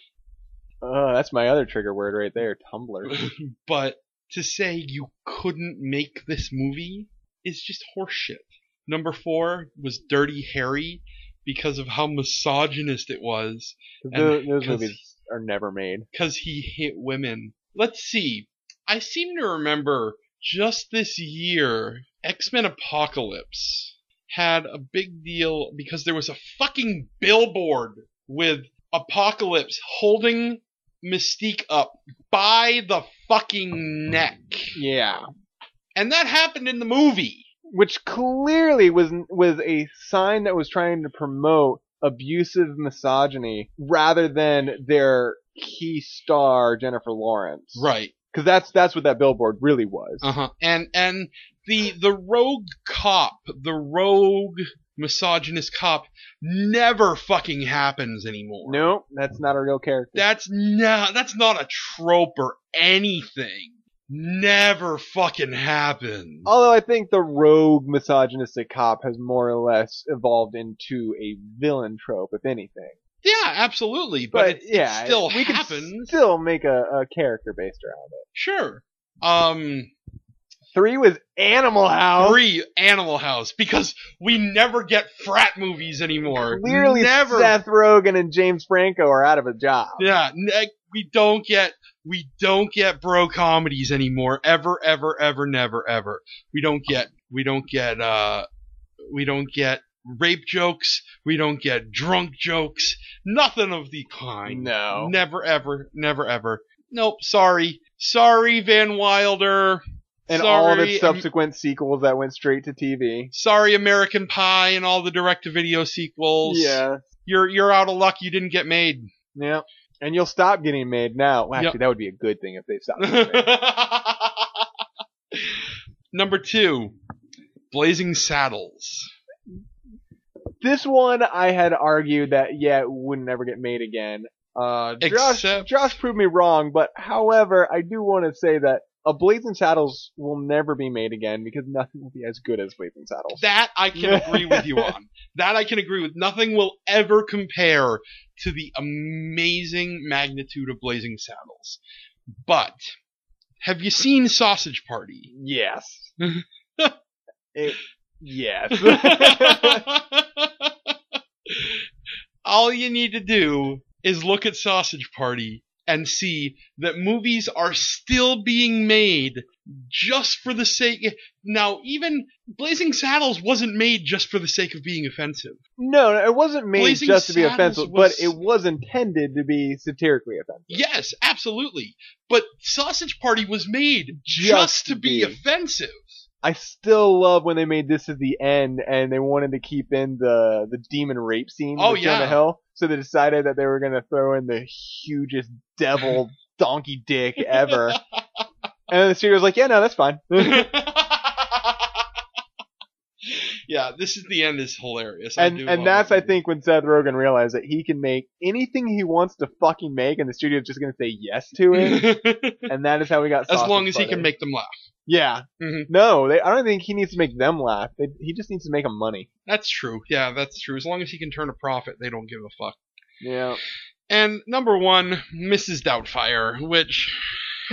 Speaker 7: Ugh, that's my other trigger word right there, Tumblr.
Speaker 6: but to say you couldn't make this movie is just horseshit. Number four was Dirty Harry because of how misogynist it was.
Speaker 7: Those, those
Speaker 6: because-
Speaker 7: movies are never made.
Speaker 6: because he hit women. Let's see. I seem to remember just this year, X Men Apocalypse had a big deal because there was a fucking billboard with Apocalypse holding Mystique up by the fucking neck.
Speaker 7: Yeah,
Speaker 6: And that happened in the movie.
Speaker 7: which clearly was was a sign that was trying to promote abusive misogyny rather than their key star Jennifer Lawrence.
Speaker 6: Right.
Speaker 7: Because that's that's what that billboard really was.
Speaker 6: Uh-huh. And and the the rogue cop, the rogue misogynist cop never fucking happens anymore.
Speaker 7: No, that's not a real character.
Speaker 6: That's not that's not a trope or anything. Never fucking happened.
Speaker 7: Although I think the rogue misogynistic cop has more or less evolved into a villain trope, if anything.
Speaker 6: Yeah, absolutely, but,
Speaker 7: But
Speaker 6: it, it
Speaker 7: yeah,
Speaker 6: still
Speaker 7: we could
Speaker 6: happens.
Speaker 7: still make a, a character based around it.
Speaker 6: Sure. Um,
Speaker 7: Three was Animal House.
Speaker 6: three Animal House because we never get frat movies anymore.
Speaker 7: Clearly,
Speaker 6: never.
Speaker 7: Seth Rogen and James Franco are out of a job.
Speaker 6: Yeah, ne- we don't get we don't get bro comedies anymore. Ever, ever, ever, never, ever. We don't get we don't get uh we don't get rape jokes. We don't get drunk jokes. Nothing of the kind.
Speaker 7: No.
Speaker 6: Never, ever, never, ever. Nope. Sorry, sorry, Van Wilder.
Speaker 7: And
Speaker 6: sorry,
Speaker 7: all of its
Speaker 6: Am-
Speaker 7: subsequent sequels that went straight to TV.
Speaker 6: sorry, American Pie, and all the direct-to-video sequels.
Speaker 7: Yeah.
Speaker 6: you're you're out of luck. You didn't get made.
Speaker 7: Yeah. And you'll stop getting made now. Well,
Speaker 6: Yep.
Speaker 7: actually, that would be a good thing if they stopped. Getting made.
Speaker 6: Number two, Blazing Saddles.
Speaker 7: this one, I had argued that yeah, it would never get made again. Uh, Josh,
Speaker 6: Except-
Speaker 7: Josh proved me wrong, but however, I do want to say that a Blazing Saddles will never be made again because nothing will be as good as Blazing Saddles.
Speaker 6: That I can agree with you on. That I can agree with. Nothing will ever compare to the amazing magnitude of Blazing Saddles. But have you seen Sausage Party?
Speaker 7: Yes. It, yes.
Speaker 6: All you need to do is look at Sausage Party and see that movies are still being made just for the sake. Now, even Blazing Saddles wasn't made just for the sake of being offensive.
Speaker 7: no, no, it wasn't made
Speaker 6: Blazing
Speaker 7: just to be
Speaker 6: Saddles
Speaker 7: offensive,
Speaker 6: was-
Speaker 7: but it was intended to be satirically offensive.
Speaker 6: Yes, absolutely. But Sausage Party was made just,
Speaker 7: Just
Speaker 6: to be
Speaker 7: be.
Speaker 6: offensive.
Speaker 7: I still love when they made this at the end, and they wanted to keep in the the demon rape scene.
Speaker 6: Oh,
Speaker 7: with Jonah
Speaker 6: yeah.
Speaker 7: Hill, so they decided that they were gonna throw in the hugest devil donkey dick ever. and the studio was like, "Yeah, no, that's fine."
Speaker 6: yeah, this is the end is hilarious. I
Speaker 7: and
Speaker 6: do love
Speaker 7: and that's
Speaker 6: that
Speaker 7: I
Speaker 6: movie.
Speaker 7: think when Seth Rogen realized that he can make anything he wants to fucking make, and the studio's just gonna say yes to it. and that is how we got.
Speaker 6: as
Speaker 7: Sausage
Speaker 6: long as he
Speaker 7: Party.
Speaker 6: can make them laugh.
Speaker 7: Yeah.
Speaker 6: Mhm.
Speaker 7: No, they, I don't think he needs to make them laugh. They, he just needs to make them money.
Speaker 6: That's true. Yeah, that's true. As long as he can turn a profit, they don't give a fuck.
Speaker 7: Yeah.
Speaker 6: And number one, Mrs. Doubtfire, which,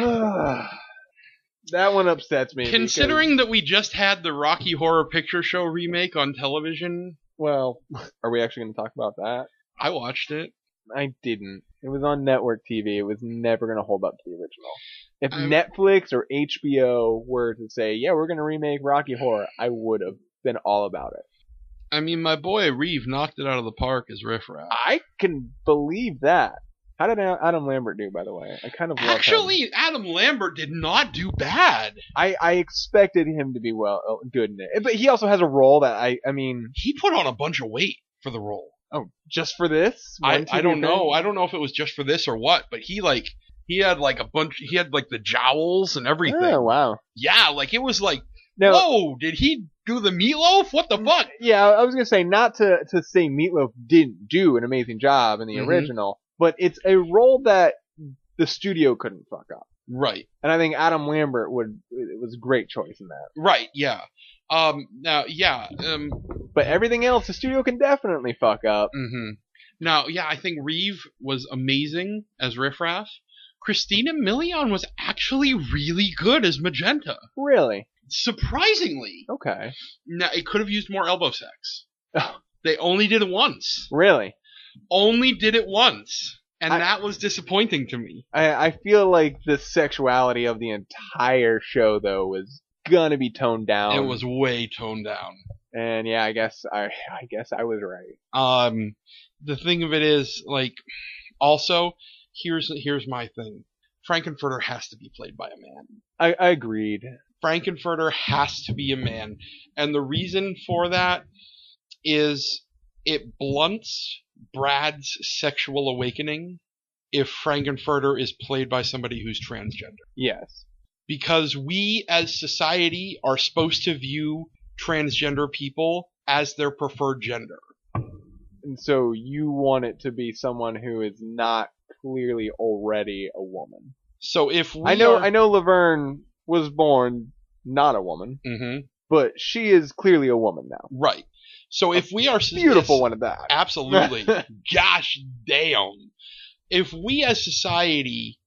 Speaker 7: that one upsets me. because-
Speaker 6: considering that we just had the Rocky Horror Picture Show remake on television,
Speaker 7: well, are we actually going to talk about that?
Speaker 6: I watched it.
Speaker 7: I didn't. It was on network TV. It was never going to hold up to the original. If
Speaker 6: I'm-
Speaker 7: Netflix or HBO were to say, "Yeah, we're going to remake Rocky Horror," I would have been all about it.
Speaker 6: I mean, my boy Reeve knocked it out of the park as Riff Raff.
Speaker 7: I can believe that. How did Adam Lambert do, by the way? I kind of love him.
Speaker 6: Actually, Adam Lambert did not do bad.
Speaker 7: I, I expected him to be well oh, good in it, but he also has a role that I I mean,
Speaker 6: He put on a bunch of weight for the role.
Speaker 7: oh, just for this.
Speaker 6: I,
Speaker 7: One
Speaker 6: I
Speaker 7: TV
Speaker 6: don't know.
Speaker 7: thing?
Speaker 6: I don't know if it was just for this or what, but he like he had like a bunch. He had like the jowls and everything.
Speaker 7: Oh wow!
Speaker 6: Yeah, like it was like,
Speaker 7: No,
Speaker 6: whoa, did he do the meatloaf? What the fuck?
Speaker 7: Yeah, I was gonna say not to to say Meatloaf didn't do an amazing job in the
Speaker 6: Mhm.
Speaker 7: original, but it's a role that the studio couldn't fuck up,
Speaker 6: Right,
Speaker 7: and I think Adam Lambert would it was a great choice in that.
Speaker 6: right, yeah. Um, now, yeah, um,
Speaker 7: But everything else, the studio can definitely fuck up.
Speaker 6: hmm now, yeah, I think Reeve was amazing as Riff Raff. Christina Milian was actually really good as Magenta.
Speaker 7: Really?
Speaker 6: Surprisingly,
Speaker 7: Okay.
Speaker 6: now it could have used more elbow sex.
Speaker 7: Oh.
Speaker 6: they only did it once.
Speaker 7: Really?
Speaker 6: Only did it once, and
Speaker 7: I-
Speaker 6: that was disappointing to me.
Speaker 7: I I feel like the sexuality of the entire show though was gonna be toned down.
Speaker 6: it was way toned down.
Speaker 7: and yeah, I guess I I guess I was right.
Speaker 6: Um, the thing of it is, like, also here's here's my thing. Frankenfurter has to be played by a man.
Speaker 7: I, I agreed.
Speaker 6: Frankenfurter has to be a man, and the reason for that is it blunts Brad's sexual awakening if Frankenfurter is played by somebody who's transgender.
Speaker 7: Yes.
Speaker 6: because we as society are supposed to view transgender people as their preferred gender.
Speaker 7: and so you want it to be someone who is not clearly already a woman.
Speaker 6: So if we
Speaker 7: I know,
Speaker 6: are,
Speaker 7: I know, Laverne was born not a woman,
Speaker 6: Mhm,
Speaker 7: but she is clearly a woman now.
Speaker 6: right. So if we are
Speaker 7: Beautiful
Speaker 6: yes,
Speaker 7: one at that.
Speaker 6: absolutely, gosh damn. If we as society,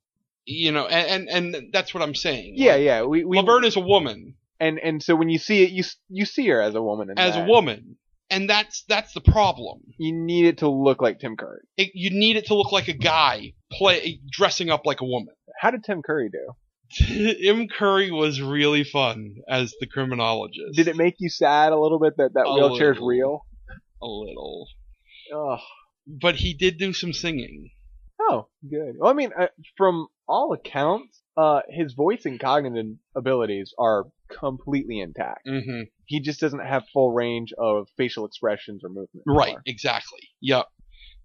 Speaker 6: you know, and and, and that's what I'm saying.
Speaker 7: yeah, yeah. We, we
Speaker 6: Laverne is a woman,
Speaker 7: and and so when you see it, you s- you see her as a woman. In
Speaker 6: as a
Speaker 7: that.
Speaker 6: woman, and that's that's the problem.
Speaker 7: you need it to look like Tim Curry.
Speaker 6: It, you need it to look like a guy play dressing up like a woman.
Speaker 7: How did Tim Curry do?
Speaker 6: M. Curry was really fun as the criminologist.
Speaker 7: Did it make you sad a little bit that that
Speaker 6: A
Speaker 7: wheelchair is
Speaker 6: little.
Speaker 7: real?
Speaker 6: a little?
Speaker 7: Ugh.
Speaker 6: But he did do some singing.
Speaker 7: Oh, good. Well, I mean, uh, from all accounts, uh, his voice and cognitive abilities are completely intact.
Speaker 6: Mm-hmm.
Speaker 7: He just doesn't have full range of facial expressions or movement. anymore.
Speaker 6: Right, exactly. Yep.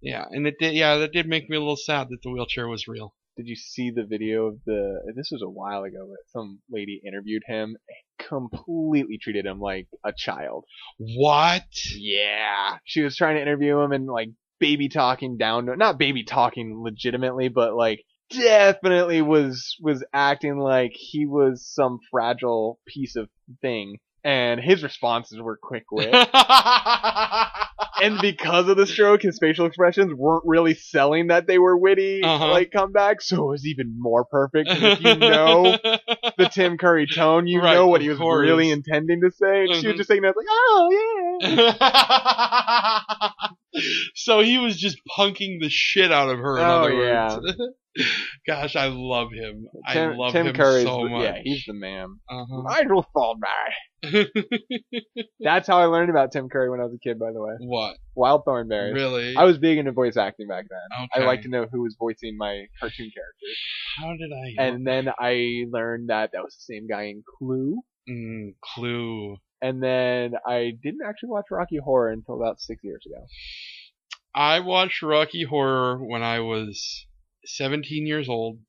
Speaker 6: Yeah, and it did. Yeah, that did make me a little sad that the wheelchair was real.
Speaker 7: Did you see the video of the? This was a while ago, but some lady interviewed him and completely treated him like a child.
Speaker 6: What?
Speaker 7: Yeah, she was trying to interview him and like baby talking down to not baby talking legitimately, but like definitely was was acting like he was some fragile piece of thing. And his responses were quick wit. and because of the stroke, his facial expressions weren't really selling that they were witty
Speaker 6: Uh-huh.
Speaker 7: like comebacks, so it was even more perfect. 'cause If you know the Tim Curry tone, you
Speaker 6: Right,
Speaker 7: know what he
Speaker 6: of
Speaker 7: was
Speaker 6: course.
Speaker 7: really intending to say. She
Speaker 6: Mhm.
Speaker 7: was just saying that like, oh yeah.
Speaker 6: so he was just punking the shit out of her. In
Speaker 7: Oh,
Speaker 6: other words. Gosh, I love him. I
Speaker 7: Tim,
Speaker 6: love
Speaker 7: Tim
Speaker 6: him
Speaker 7: Curry's
Speaker 6: so
Speaker 7: the-
Speaker 6: much.
Speaker 7: yeah, he's the man.
Speaker 6: uh-huh.
Speaker 7: Nigel Thornberry. That's how I learned about Tim Curry when I was a kid, by the way.
Speaker 6: What?
Speaker 7: Wild Thornberry.
Speaker 6: Really?
Speaker 7: I was big into voice acting back then.
Speaker 6: okay.
Speaker 7: I like to know who was voicing my cartoon characters.
Speaker 6: How did I?
Speaker 7: And then I learned that that was the same guy in Clue.
Speaker 6: Mm, clue.
Speaker 7: And then I didn't actually watch Rocky Horror until about six years ago.
Speaker 6: I watched Rocky Horror when I was 17 years old.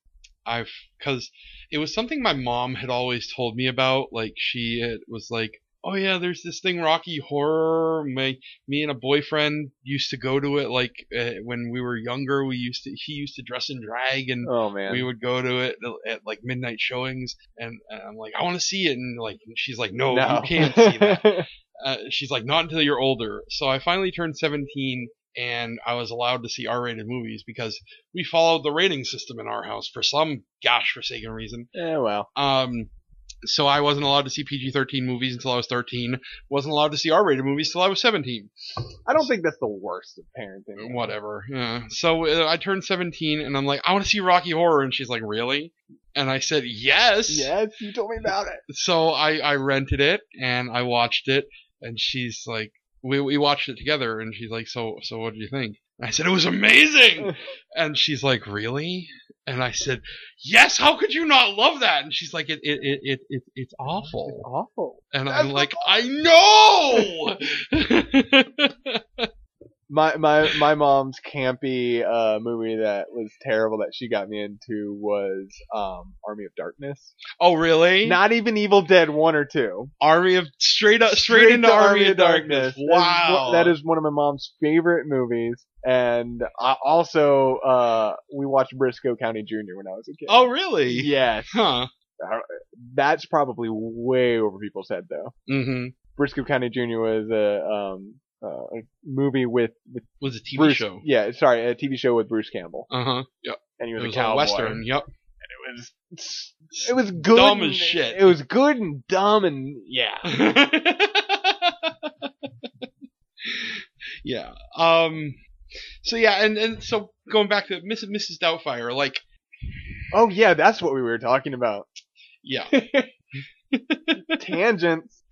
Speaker 6: I've because it was something my mom had always told me about. Like she had, was like, "Oh yeah, there's this thing Rocky Horror. My me and a boyfriend used to go to it. Like uh, when we were younger, we used to he used to dress in drag and
Speaker 7: Oh man.
Speaker 6: we would go to it at like midnight showings. And, and I'm like, I want to see it. And like she's like, No, you can't see that. uh, she's like, not until you're older. So I finally turned 17 and I was allowed to see R rated movies because we followed the rating system in our house for some gosh forsaken reason.
Speaker 7: yeah, Eh, well.
Speaker 6: Um, so I wasn't allowed to see PG 13 movies until I was 13, wasn't allowed to see R rated movies till I was 17
Speaker 7: I don't think that's the worst of parenting.
Speaker 6: whatever. Yeah. So uh, I turned 17 and I'm like, I want to see Rocky Horror. And she's like, really? And I said, yes.
Speaker 7: Yes, you told me about it.
Speaker 6: So I, I rented it and I watched it and she's like, we, we watched it together and she's like, so, so what did you think? And I said, it was amazing. and she's like, really? And I said, yes, how could you not love that? And she's like, it, it, it, it, it it's awful.
Speaker 7: Awful.
Speaker 6: And
Speaker 7: That's
Speaker 6: I'm
Speaker 7: the
Speaker 6: like, I know!
Speaker 7: My my my mom's campy uh, movie that was terrible that she got me into was um, Army of Darkness.
Speaker 6: oh, really?
Speaker 7: Not even Evil Dead one or two.
Speaker 6: Army of straight up straight, into
Speaker 7: to
Speaker 6: Army, of Darkness.
Speaker 7: That is
Speaker 6: Wow,
Speaker 7: one- that is one of my mom's favorite movies. And I also uh, we watched Briscoe County Jr. when I was a kid.
Speaker 6: Oh really?
Speaker 7: yes,
Speaker 6: Huh.
Speaker 7: that's probably way over people's head though.
Speaker 6: Mm-hmm.
Speaker 7: Briscoe County Jr. was a um uh, a movie with with
Speaker 6: Was a TV
Speaker 7: Bruce.
Speaker 6: show.
Speaker 7: Yeah, sorry, a TV show with Bruce Campbell,
Speaker 6: Uh huh. Yep.
Speaker 7: and he
Speaker 6: It
Speaker 7: was,
Speaker 6: was
Speaker 7: a cowboy.
Speaker 6: a western. Yep.
Speaker 7: It was it was good.
Speaker 6: Dumb
Speaker 7: and-
Speaker 6: as shit.
Speaker 7: It was good and dumb and yeah.
Speaker 6: yeah. Um. So yeah, and and so going back to Miss, Mrs. Doubtfire, like
Speaker 7: Oh yeah, that's what we were talking about.
Speaker 6: yeah.
Speaker 7: Tangents.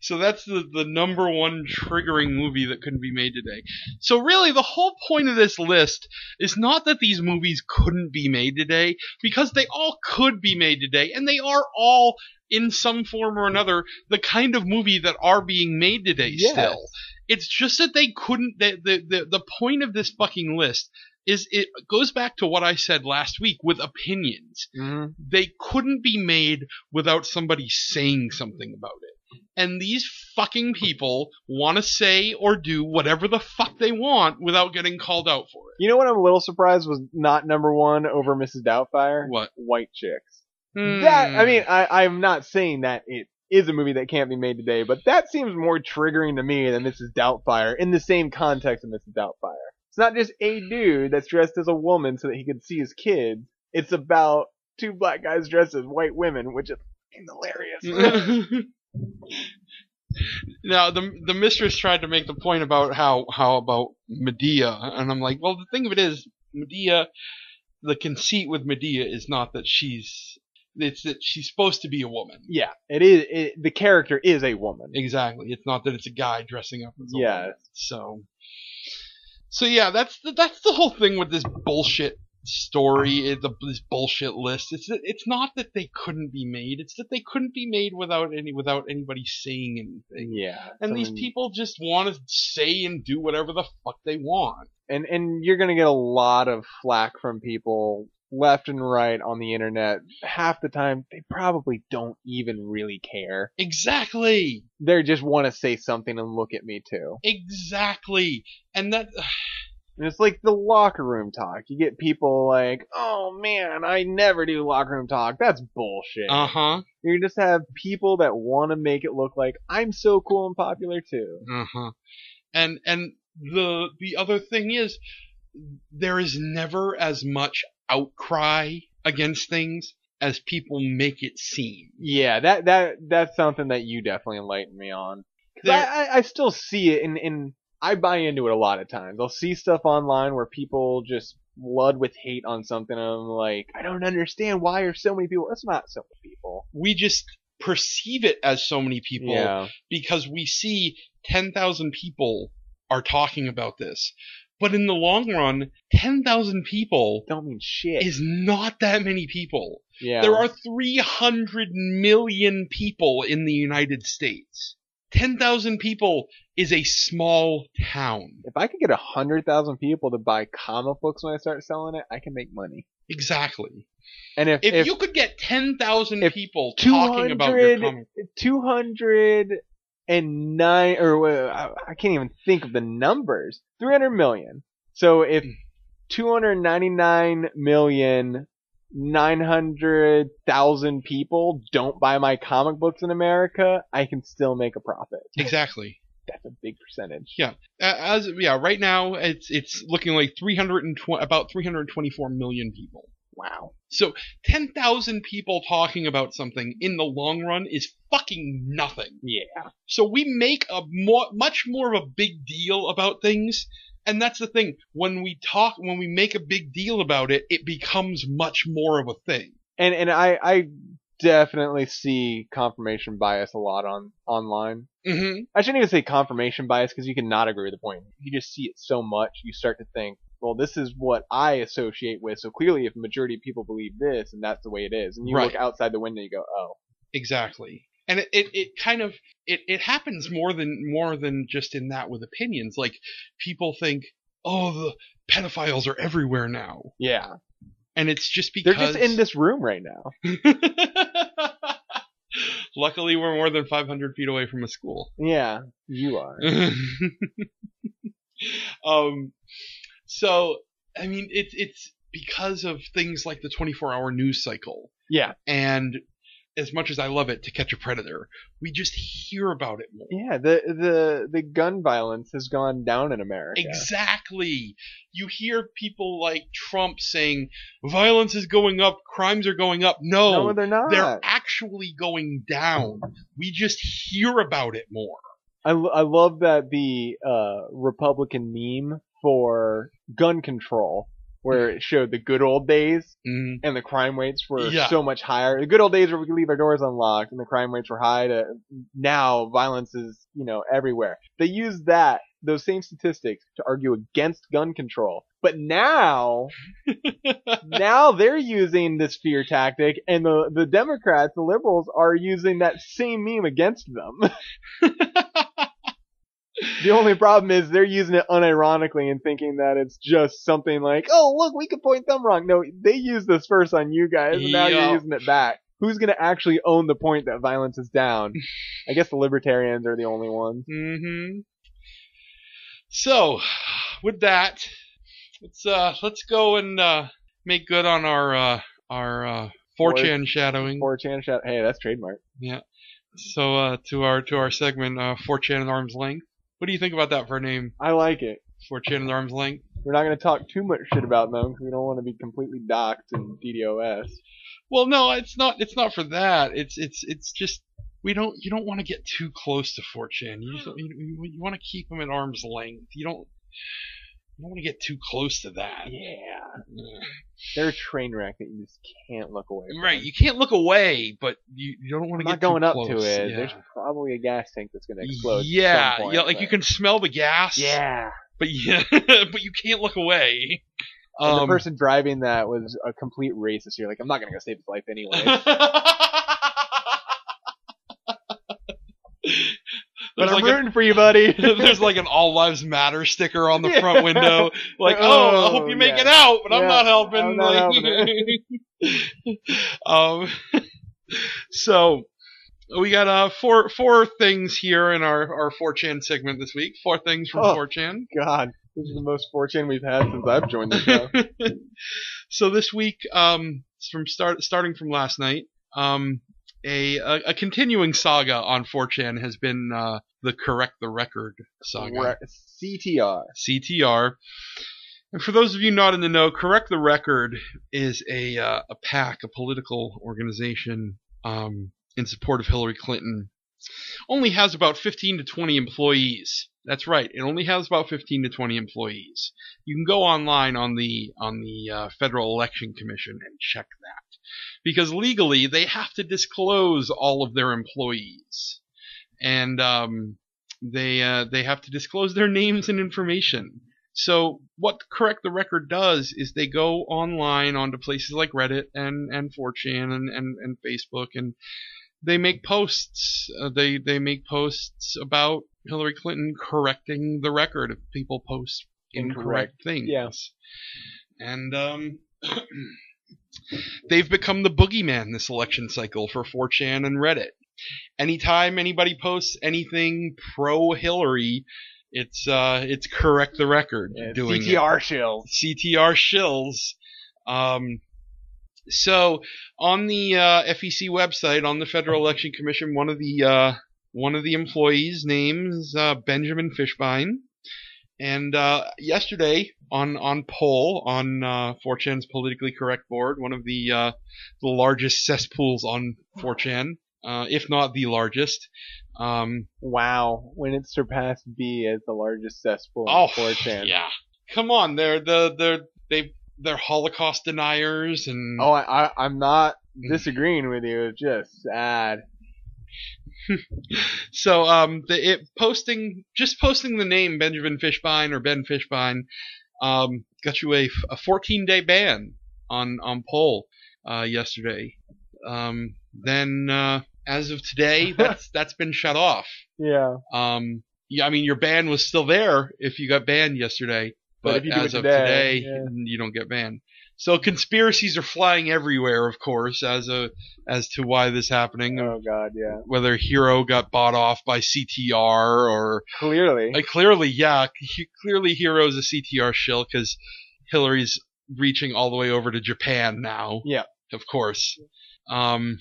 Speaker 6: So that's the, the number one triggering movie that couldn't be made today. So really, the whole point of this list is not that these movies couldn't be made today, because they all could be made today, and they are all, in some form or another, the kind of movie that are being made today
Speaker 7: Yes.
Speaker 6: still. It's just that they couldn't, the, the, the, the point of this fucking list is it goes back to what I said last week with opinions
Speaker 7: Mhm.
Speaker 6: they couldn't be made without somebody saying something about it. And these fucking people want to say or do whatever the fuck they want without getting called out for it.
Speaker 7: You know what? I'm a little surprised was not number one over Mrs. Doubtfire.
Speaker 6: What?
Speaker 7: White chicks. That I
Speaker 6: Hmm.
Speaker 7: mean, I, I'm not saying that it is a movie that can't be made today, but that seems more triggering to me than Mrs. Doubtfire in the same context of Mrs. Doubtfire. It's not just a dude that's dressed as a woman so that he can see his kids. It's about two black guys dressed as white women, which is hilarious.
Speaker 6: now the the mistress tried to make the point about how how about Medea, and I'm like, well, the thing of it is, Medea, the conceit with Medea is not that she's it's that she's supposed to be a woman.
Speaker 7: yeah, it is. It, the character is a woman.
Speaker 6: Exactly. It's not that it's a guy dressing up as a
Speaker 7: Yeah.
Speaker 6: woman. So So yeah, that's the, that's the whole thing with this bullshit story, eh, the, this bullshit list. It's that- it's not that they couldn't be made. It's that they couldn't be made without any without anybody saying anything.
Speaker 7: Yeah,
Speaker 6: And these
Speaker 7: someone-
Speaker 6: people just want to say and do whatever the fuck they want.
Speaker 7: and and you're gonna get a lot of flack from people left and right on the internet. Half the time, they probably don't even really care.
Speaker 6: Exactly.
Speaker 7: They just want to say something and look at me too.
Speaker 6: Exactly. And that
Speaker 7: And it's like the locker room talk. You get people like, "Oh man, I never do locker room talk. That's bullshit."
Speaker 6: uh-huh.
Speaker 7: you just have people that want to make it look like I'm so cool and popular too.
Speaker 6: Uh-huh. And and the the other thing is there is never as much outcry against things as people make it seem.
Speaker 7: Yeah, that that that's something that you definitely enlightened me on. 'Cause
Speaker 6: There-
Speaker 7: I, I, I still see it, and and I buy into it a lot of times. I'll see stuff online where people just flood with hate on something, and I'm like, I don't understand why are so many people. It's not so many people.
Speaker 6: we just perceive it as so many people
Speaker 7: Yeah,
Speaker 6: because we see 10,000 people are talking about this. But in the long run, 10,000 people
Speaker 7: don't mean shit.
Speaker 6: is not that many people.
Speaker 7: yeah,
Speaker 6: There are 300 million people in the United States. 10,000 people is a small town.
Speaker 7: If I could get a hundred thousand people to buy comic books when I start selling it, I can make money.
Speaker 6: Exactly.
Speaker 7: And if
Speaker 6: If,
Speaker 7: if
Speaker 6: you could get 10,000
Speaker 7: if
Speaker 6: people talking about your
Speaker 7: 200
Speaker 6: comic,
Speaker 7: 209 or uh, I- I can't even think of the numbers. 300 million. So if 299 million 900,000 people don't buy my comic books in America, I can still make a profit.
Speaker 6: exactly.
Speaker 7: That's a big percentage.
Speaker 6: Uh, as yeah, right now it's it's looking like 320 about 324 million people.
Speaker 7: Wow.
Speaker 6: So 10,000 people talking about something in the long run is fucking nothing.
Speaker 7: Yeah.
Speaker 6: So we make a more, much more of a big deal about things, and that's the thing. When we talk, when we make a big deal about it, it becomes much more of a thing.
Speaker 7: and and I I definitely see confirmation bias a lot on online.
Speaker 6: Mm-hmm.
Speaker 7: I shouldn't even say confirmation bias because you cannot agree with the point. You just see it so much, you start to think, well, this is what I associate with. So clearly, if a majority of people believe this, and that's the way it is, and you look
Speaker 6: Right.
Speaker 7: outside the window, you go, oh,
Speaker 6: Exactly. And it, it, it kind of it, it happens more than more than just in that with opinions. Like people think, oh, the pedophiles are everywhere now,
Speaker 7: yeah,
Speaker 6: and it's just
Speaker 7: they're
Speaker 6: because
Speaker 7: just in this room right now.
Speaker 6: Luckily, we're more than 500 feet away from a school.
Speaker 7: Yeah, you are.
Speaker 6: Mm, um, so I mean, it's it's because of things like the 24-hour news cycle.
Speaker 7: Yeah,
Speaker 6: and as much as I love it to catch a predator, we just hear about it more.
Speaker 7: yeah. The the the gun violence has gone down in America.
Speaker 6: Exactly. You hear people like Trump saying violence is going up, crimes are going up. No,
Speaker 7: No, they're not.
Speaker 6: oh, they're actually going down. We just hear about it more.
Speaker 7: I, lo- I love that the uh, Republican meme for gun control,
Speaker 6: Hmm.
Speaker 7: where it showed the good old days
Speaker 6: Mm.
Speaker 7: and the crime rates were
Speaker 6: Yeah.
Speaker 7: so much higher. The good old days where we could leave our doors unlocked and the crime rates were high. To now, violence is you know everywhere. They use that those same statistics to argue against gun control, but now now they're using this fear tactic, and the the Democrats, the liberals, are using that same meme against them. The only problem is they're using it unironically and thinking that it's just something like, oh, look, we could point them wrong. No, they used this first on you guys, and now
Speaker 6: Yeah.
Speaker 7: you're using it back. Who's going to actually own the point that violence is down? I guess the libertarians are the only ones.
Speaker 6: hmm So, with that, let's uh let's go and uh make good on our uh our uh 4chan shadowing.
Speaker 7: 4chan shout, hey, that's trademark.
Speaker 6: So uh, to our to our segment, uh, 4chan at arm's length. What do you think about that for a name,
Speaker 7: I like it.
Speaker 6: 4chan at arm's length?
Speaker 7: We're not going to talk too much shit about them because we don't want to be completely docked and DDoS.
Speaker 6: Well, no, it's not. It's not for that. It's it's it's just we don't you don't want to get too close to 4chan. You just, you, you, you want to keep them at arm's length. You don't you don't want to get too close to that.
Speaker 7: Yeah. They're a train wreck that you just can't look away from.
Speaker 6: Right. You can't look away, but you, you don't want
Speaker 7: I'm
Speaker 6: to get
Speaker 7: not going
Speaker 6: too
Speaker 7: up
Speaker 6: close.
Speaker 7: to it.
Speaker 6: Yeah.
Speaker 7: There's probably a gas tank that's going to explode. at some
Speaker 6: yeah,
Speaker 7: point,
Speaker 6: yeah, like you
Speaker 7: but-
Speaker 6: can smell the gas.
Speaker 7: Yeah.
Speaker 6: but yeah, but you can't look away.
Speaker 7: And the
Speaker 6: Um,
Speaker 7: person driving that was a complete racist. You're like, I'm not gonna go save his life anyway. but
Speaker 6: there's,
Speaker 7: I'm
Speaker 6: like a-
Speaker 7: rooting for you, buddy.
Speaker 6: there's like an All Lives Matter sticker on the front
Speaker 7: Yeah.
Speaker 6: window. Like, oh,
Speaker 7: Oh,
Speaker 6: I hope you make
Speaker 7: yeah.
Speaker 6: it out, but I'm
Speaker 7: Yeah,
Speaker 6: not helping.
Speaker 7: I'm not helping
Speaker 6: um, so we got uh four four things here in our our 4chan segment this week. Four things from
Speaker 7: Oh.
Speaker 6: 4chan.
Speaker 7: God, this is the most fortune we've had since I've joined the show.
Speaker 6: so this week, um, it's from start starting from last night, um, a a, a continuing saga on 4chan has been uh, the correct the record saga.
Speaker 7: Re- CTR.
Speaker 6: CTR. And for those of you not in the know, Correct the Record is a uh, a PAC, a political organization um, in support of Hillary Clinton. Only has about 15 to 20 employees. That's right. It only has about 15 to 20 employees. You can go online on the on the uh, Federal Election Commission and check that, because legally they have to disclose all of their employees, and um, they uh, they have to disclose their names and information. So what Correct the Record does is they go online onto places like Reddit and and 4chan and and, and Facebook and they make posts. Uh, they they make posts about Hillary Clinton correcting the record if people post incorrect
Speaker 7: Incorrect,
Speaker 6: things.
Speaker 7: yeah.
Speaker 6: And um they've become the boogeyman this election cycle for 4chan and Reddit. Anytime anybody posts anything pro Hillary, it's uh it's correct the record
Speaker 7: Yeah,
Speaker 6: doing it.
Speaker 7: CTR shills.
Speaker 6: CTR shills. Um, so on the uh, FEC website, on the Federal Election Commission, one of the uh, one of the employees' names uh, Benjamin Fishbein, and uh, yesterday on on poll on uh, 4chan's politically correct board, one of the uh, the largest cesspools on 4chan, uh, if not the largest. Um,
Speaker 7: Wow. When it surpassed B as the largest cesspool in
Speaker 6: Oh,
Speaker 7: 4chan.
Speaker 6: yeah. Come on, they're the they're they they're Holocaust deniers and
Speaker 7: Oh, I, I, I'm not disagreeing with you. It's just sad.
Speaker 6: so um the it posting just posting the name Benjamin Fishbein or Ben Fishbein um got you a, a 14 day ban on on poll uh yesterday. Um then uh as of today that's that's been shut off.
Speaker 7: Yeah.
Speaker 6: Um yeah, I mean your ban was still there if you got banned yesterday,
Speaker 7: But
Speaker 6: but,
Speaker 7: if you do
Speaker 6: as
Speaker 7: it
Speaker 6: of
Speaker 7: today,
Speaker 6: today,
Speaker 7: yeah.
Speaker 6: you don't get banned. So conspiracies are flying everywhere, of course, as a as to why this happening,
Speaker 7: Oh God. Yeah.
Speaker 6: whether Hero got bought off by CTR or
Speaker 7: Clearly.
Speaker 6: like, clearly, yeah, he- clearly Hero's a CTR shill because Hillary's reaching all the way over to Japan now.
Speaker 7: Yeah.
Speaker 6: of course. Um,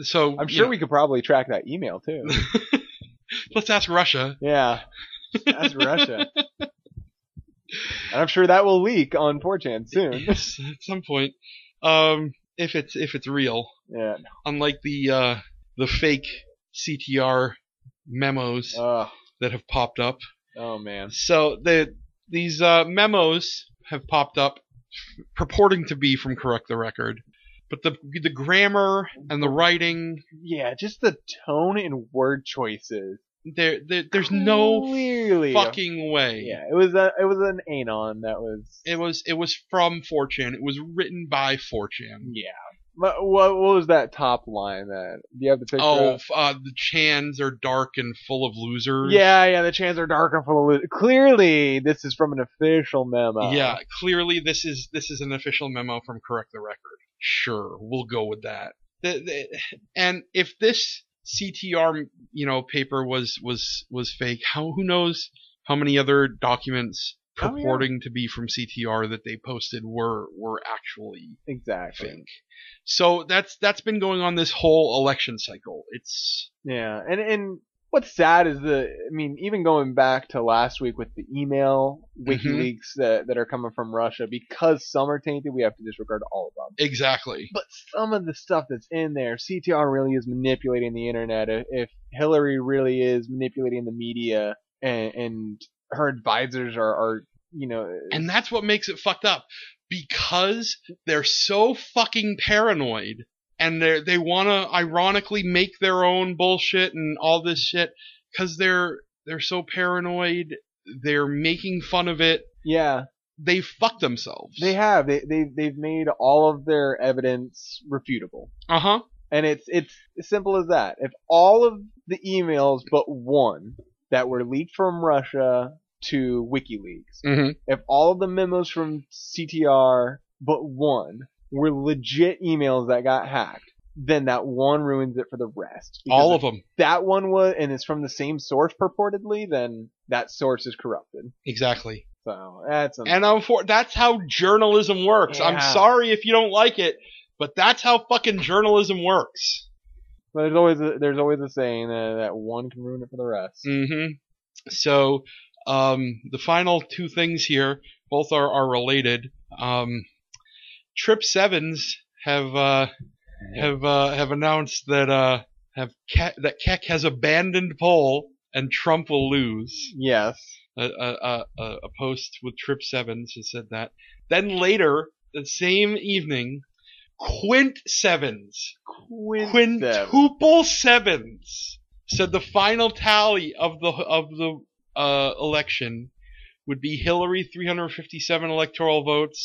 Speaker 6: so
Speaker 7: I'm
Speaker 6: you
Speaker 7: sure
Speaker 6: know,
Speaker 7: we could probably track that email too.
Speaker 6: let's ask Russia.
Speaker 7: Yeah. That's Russia. And I'm sure that will leak on 4chan soon.
Speaker 6: Yes, at some point. Um, if it's if it's real,
Speaker 7: Yeah.
Speaker 6: unlike the uh, the fake CTR memos
Speaker 7: Oh,
Speaker 6: that have popped up.
Speaker 7: oh man.
Speaker 6: So the these uh, memos have popped up purporting to be from Correct the Record, but the the grammar and the writing
Speaker 7: Yeah, just the tone and word choices.
Speaker 6: there there there's no
Speaker 7: Clearly.
Speaker 6: fucking way.
Speaker 7: Yeah, it was a, it was an anon that was.
Speaker 6: It was it was from 4chan. It was written by 4chan.
Speaker 7: Yeah. But what what was that top line that do you have the picture?
Speaker 6: Oh,
Speaker 7: of?
Speaker 6: f- uh, the Chans are dark and full of losers.
Speaker 7: Yeah, yeah, the chans are dark and full of lo- Clearly, this is from an official memo.
Speaker 6: yeah, clearly this is this is an official memo from Correct the Record. Sure, we'll go with that. The, the, and if this CTR, you know, paper was was was fake, how who knows how many other documents
Speaker 7: Oh, yeah.
Speaker 6: purporting to be from CTR that they posted were were actually
Speaker 7: Exactly.
Speaker 6: fake. So that's that's been going on this whole election cycle. It's
Speaker 7: Yeah, and and what's sad is the I mean, even going back to last week with the email WikiLeaks
Speaker 6: Mm-hmm.
Speaker 7: that that are coming from Russia because some are tainted, we have to disregard all of them.
Speaker 6: exactly
Speaker 7: But some of the stuff that's in there, CTR really is manipulating the internet. If- If Hillary really is manipulating the media and, and her advisors are, are you know,
Speaker 6: And that's what makes it fucked up because they're so fucking paranoid and they they want to ironically make their own bullshit and all this shit cuz they're they're so paranoid, they're making fun of it.
Speaker 7: yeah,
Speaker 6: They fuck themselves.
Speaker 7: they have they they they've made all of their evidence refutable.
Speaker 6: uh-huh.
Speaker 7: And it's it's as simple as that. If all of the emails but one that were leaked from Russia to WikiLeaks,
Speaker 6: Mhm.
Speaker 7: if all of the memos from CTR but one were legit emails that got hacked, then that one ruins it for the rest. Because
Speaker 6: All of
Speaker 7: if
Speaker 6: them.
Speaker 7: that one was, and it's from the same source purportedly, then that source is corrupted.
Speaker 6: Exactly.
Speaker 7: So that's
Speaker 6: And I'm for that's how journalism works. I'm
Speaker 7: Yeah.
Speaker 6: sorry if you don't like it, But that's how fucking journalism works.
Speaker 7: But there's always a, there's always a saying uh, that one can ruin it for the rest.
Speaker 6: Mm-hmm. So um, the final two things here, both are, are related. Um, Trip Sevens have uh, have uh, have announced that uh, have Ke- that Keck has abandoned poll and Trump will lose.
Speaker 7: Yes.
Speaker 6: a, a, a, a- a post with Trip Sevens who said that. Then later, the same evening, Quint Sevens,
Speaker 7: Quint.
Speaker 6: quintuple sevens, said the final tally of the of the uh, election would be Hillary 357 electoral votes,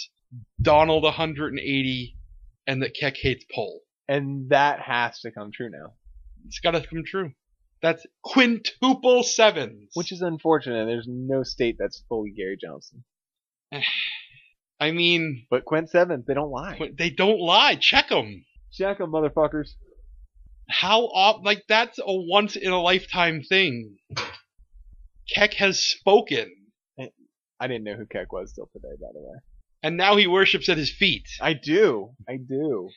Speaker 6: Donald 180, and that Keck hates poll.
Speaker 7: And that has to come true now,
Speaker 6: It's got to come true. That's quintuple sevens.
Speaker 7: which is unfortunate. There's no state that's fully Gary Johnson.
Speaker 6: I mean,
Speaker 7: But Quint Seventh, they don't lie.
Speaker 6: qu- they don't lie. Check them.
Speaker 7: Check 'em, motherfuckers.
Speaker 6: how off like that's a once in a lifetime thing. Keck has spoken,
Speaker 7: I didn't know who Keck was till today, by the way.
Speaker 6: and now he worships at his feet.
Speaker 7: I do. I do.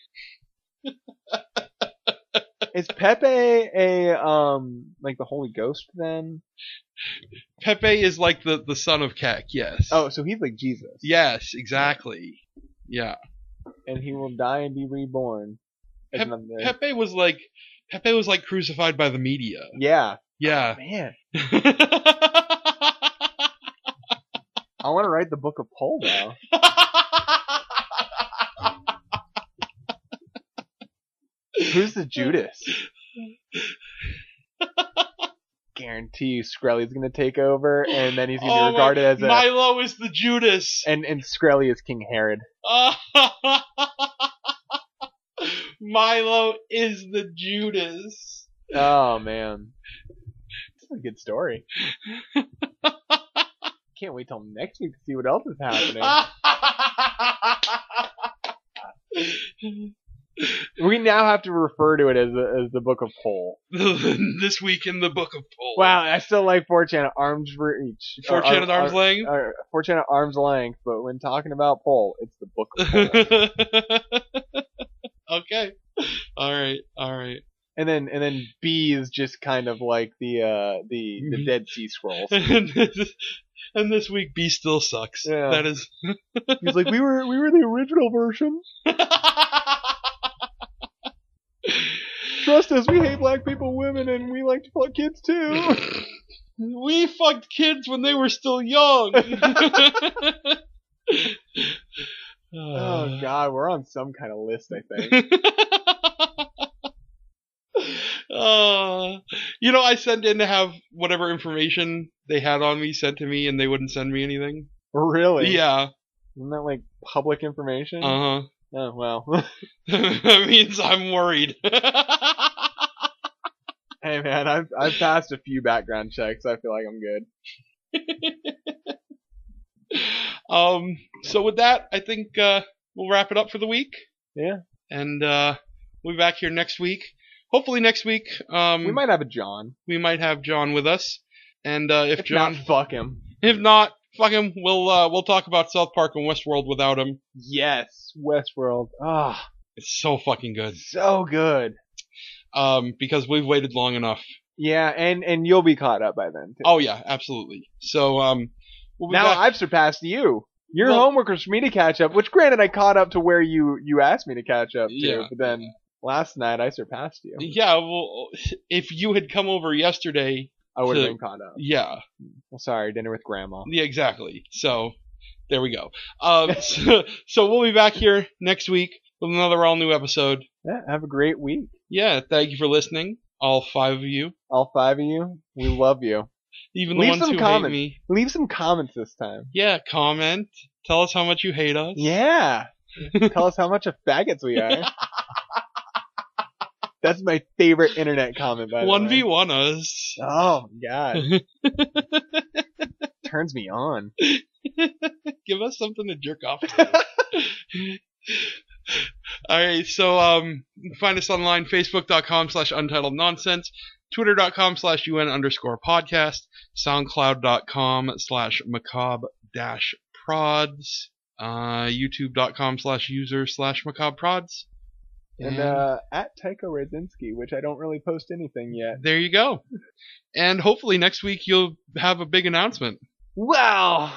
Speaker 7: Is Pepe a um like the Holy Ghost then?
Speaker 6: Pepe is like the, the son of Keck, yes.
Speaker 7: Oh, so he's like Jesus,
Speaker 6: Yes, exactly. Yeah.
Speaker 7: and he will die and be reborn. as
Speaker 6: Pep-
Speaker 7: another-
Speaker 6: Pepe was like Pepe was like crucified by the media.
Speaker 7: yeah,
Speaker 6: Yeah.
Speaker 7: man,
Speaker 6: I
Speaker 7: I want to write the book of Paul now. Who's the Judas? Guarantee you, Skrelly's gonna take over, and then he's gonna
Speaker 6: Oh
Speaker 7: be regarded
Speaker 6: my,
Speaker 7: as a
Speaker 6: Milo is the Judas.
Speaker 7: and and Skrelly is King Herod.
Speaker 6: Milo is the Judas.
Speaker 7: Oh man, this is a good story. Can't wait till next week to see what else is happening.
Speaker 6: Ah.
Speaker 7: We now have to refer to it as the, as the Book of Pole.
Speaker 6: this week in the Book of Paul.
Speaker 7: Wow, I still like 4chan at arms reach. Or
Speaker 6: 4chan at
Speaker 7: ar-
Speaker 6: arm's length.
Speaker 7: ar- 4chan at arm's length, but when talking about pole, it's the Book of Pole.
Speaker 6: okay. All right. All right.
Speaker 7: and then and then B is just kind of like the uh the the
Speaker 6: Mhm.
Speaker 7: Dead Sea Scrolls.
Speaker 6: And this, and this week, B still sucks.
Speaker 7: Yeah.
Speaker 6: That is.
Speaker 7: He's like, we were we were the original version. Trust us, we hate black people, women, and we like to fuck kids too.
Speaker 6: we fucked kids when they were still young.
Speaker 7: Oh
Speaker 6: Uh,
Speaker 7: god, we're on some kind of list, I think.
Speaker 6: uh, you know, I sent in to have whatever information they had on me sent to me, and they wouldn't send me anything.
Speaker 7: Really?
Speaker 6: Yeah.
Speaker 7: Isn't that like public information?
Speaker 6: Uh huh.
Speaker 7: oh well.
Speaker 6: that means I'm worried.
Speaker 7: hey man, I've I've passed a few background checks. I feel like I'm good.
Speaker 6: um. So with that, I think uh, we'll wrap it up for the week.
Speaker 7: Yeah.
Speaker 6: And uh, we'll be back here next week. Hopefully next week. Um,
Speaker 7: We might have a John.
Speaker 6: we might have John with us. And uh, if,
Speaker 7: If
Speaker 6: John,
Speaker 7: not, fuck him.
Speaker 6: if not, fuck him. We'll uh, we'll talk about South Park and Westworld without him.
Speaker 7: Yes, Westworld. Ah,
Speaker 6: It's so fucking good.
Speaker 7: so good.
Speaker 6: Um, because we've waited long enough.
Speaker 7: Yeah, and and you'll be caught up by then. Too.
Speaker 6: Oh yeah, absolutely. So um, we'll be
Speaker 7: now
Speaker 6: back.
Speaker 7: I've surpassed you. Your
Speaker 6: Well-
Speaker 7: homework was for me to catch up, which granted I caught up to where you you asked me to catch up to,
Speaker 6: Yeah.
Speaker 7: but then last night I surpassed you.
Speaker 6: yeah. Well, if you had come over yesterday,
Speaker 7: I would have
Speaker 6: So-
Speaker 7: been caught up.
Speaker 6: yeah.
Speaker 7: Well, sorry, dinner with grandma.
Speaker 6: Yeah, exactly. So there we go. Um, so, so we'll be back here next week with another all new episode.
Speaker 7: Yeah, have a great week,
Speaker 6: Yeah, thank you for listening, all five of you,
Speaker 7: all five of you. We love you.
Speaker 6: even
Speaker 7: Leave
Speaker 6: the ones
Speaker 7: some
Speaker 6: who hate
Speaker 7: comments.
Speaker 6: me.
Speaker 7: Leave some comments this time.
Speaker 6: Yeah, comment. Tell us how much you hate us.
Speaker 7: Yeah. Tell us how much of faggots we are. That's my favorite internet comment. By the
Speaker 6: one
Speaker 7: way.
Speaker 6: v one us.
Speaker 7: Oh my god. Turns me on.
Speaker 6: Give us something to jerk off to. All right, so um, you can find us online, facebook.com slash untitled nonsense, twitter.com slash un underscore podcast, soundcloud.com slash macabre dash prods, uh, youtube.com slash user slash macabre prods.
Speaker 7: and uh, at Tycho Radzinski, which I don't really post anything yet.
Speaker 6: there you go. And hopefully next week you'll have a big announcement.
Speaker 7: Well,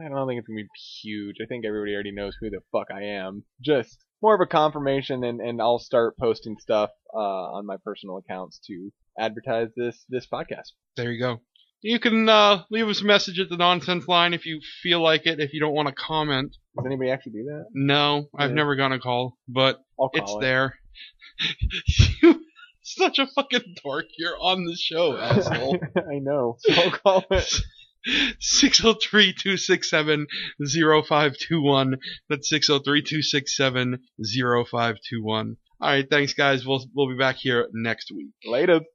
Speaker 7: I don't think it's gonna be huge. I think everybody already knows who the fuck I am. Just more of a confirmation, and, and I'll start posting stuff uh, on my personal accounts to advertise this this podcast.
Speaker 6: There you go. You can uh, leave us a message at the nonsense line if you feel like it. If you don't want to comment,
Speaker 7: Does anybody actually do that?
Speaker 6: no, I've
Speaker 7: Yeah.
Speaker 6: never gotten a call, but
Speaker 7: I'll
Speaker 6: it's
Speaker 7: call it.
Speaker 6: there. you such a fucking dork. You're on the show, Oh, asshole.
Speaker 7: I know. So I'll call it.
Speaker 6: 603-267-0521. That's 603-267-0521. All right, thanks guys. We'll we'll be back here next week.
Speaker 7: Later.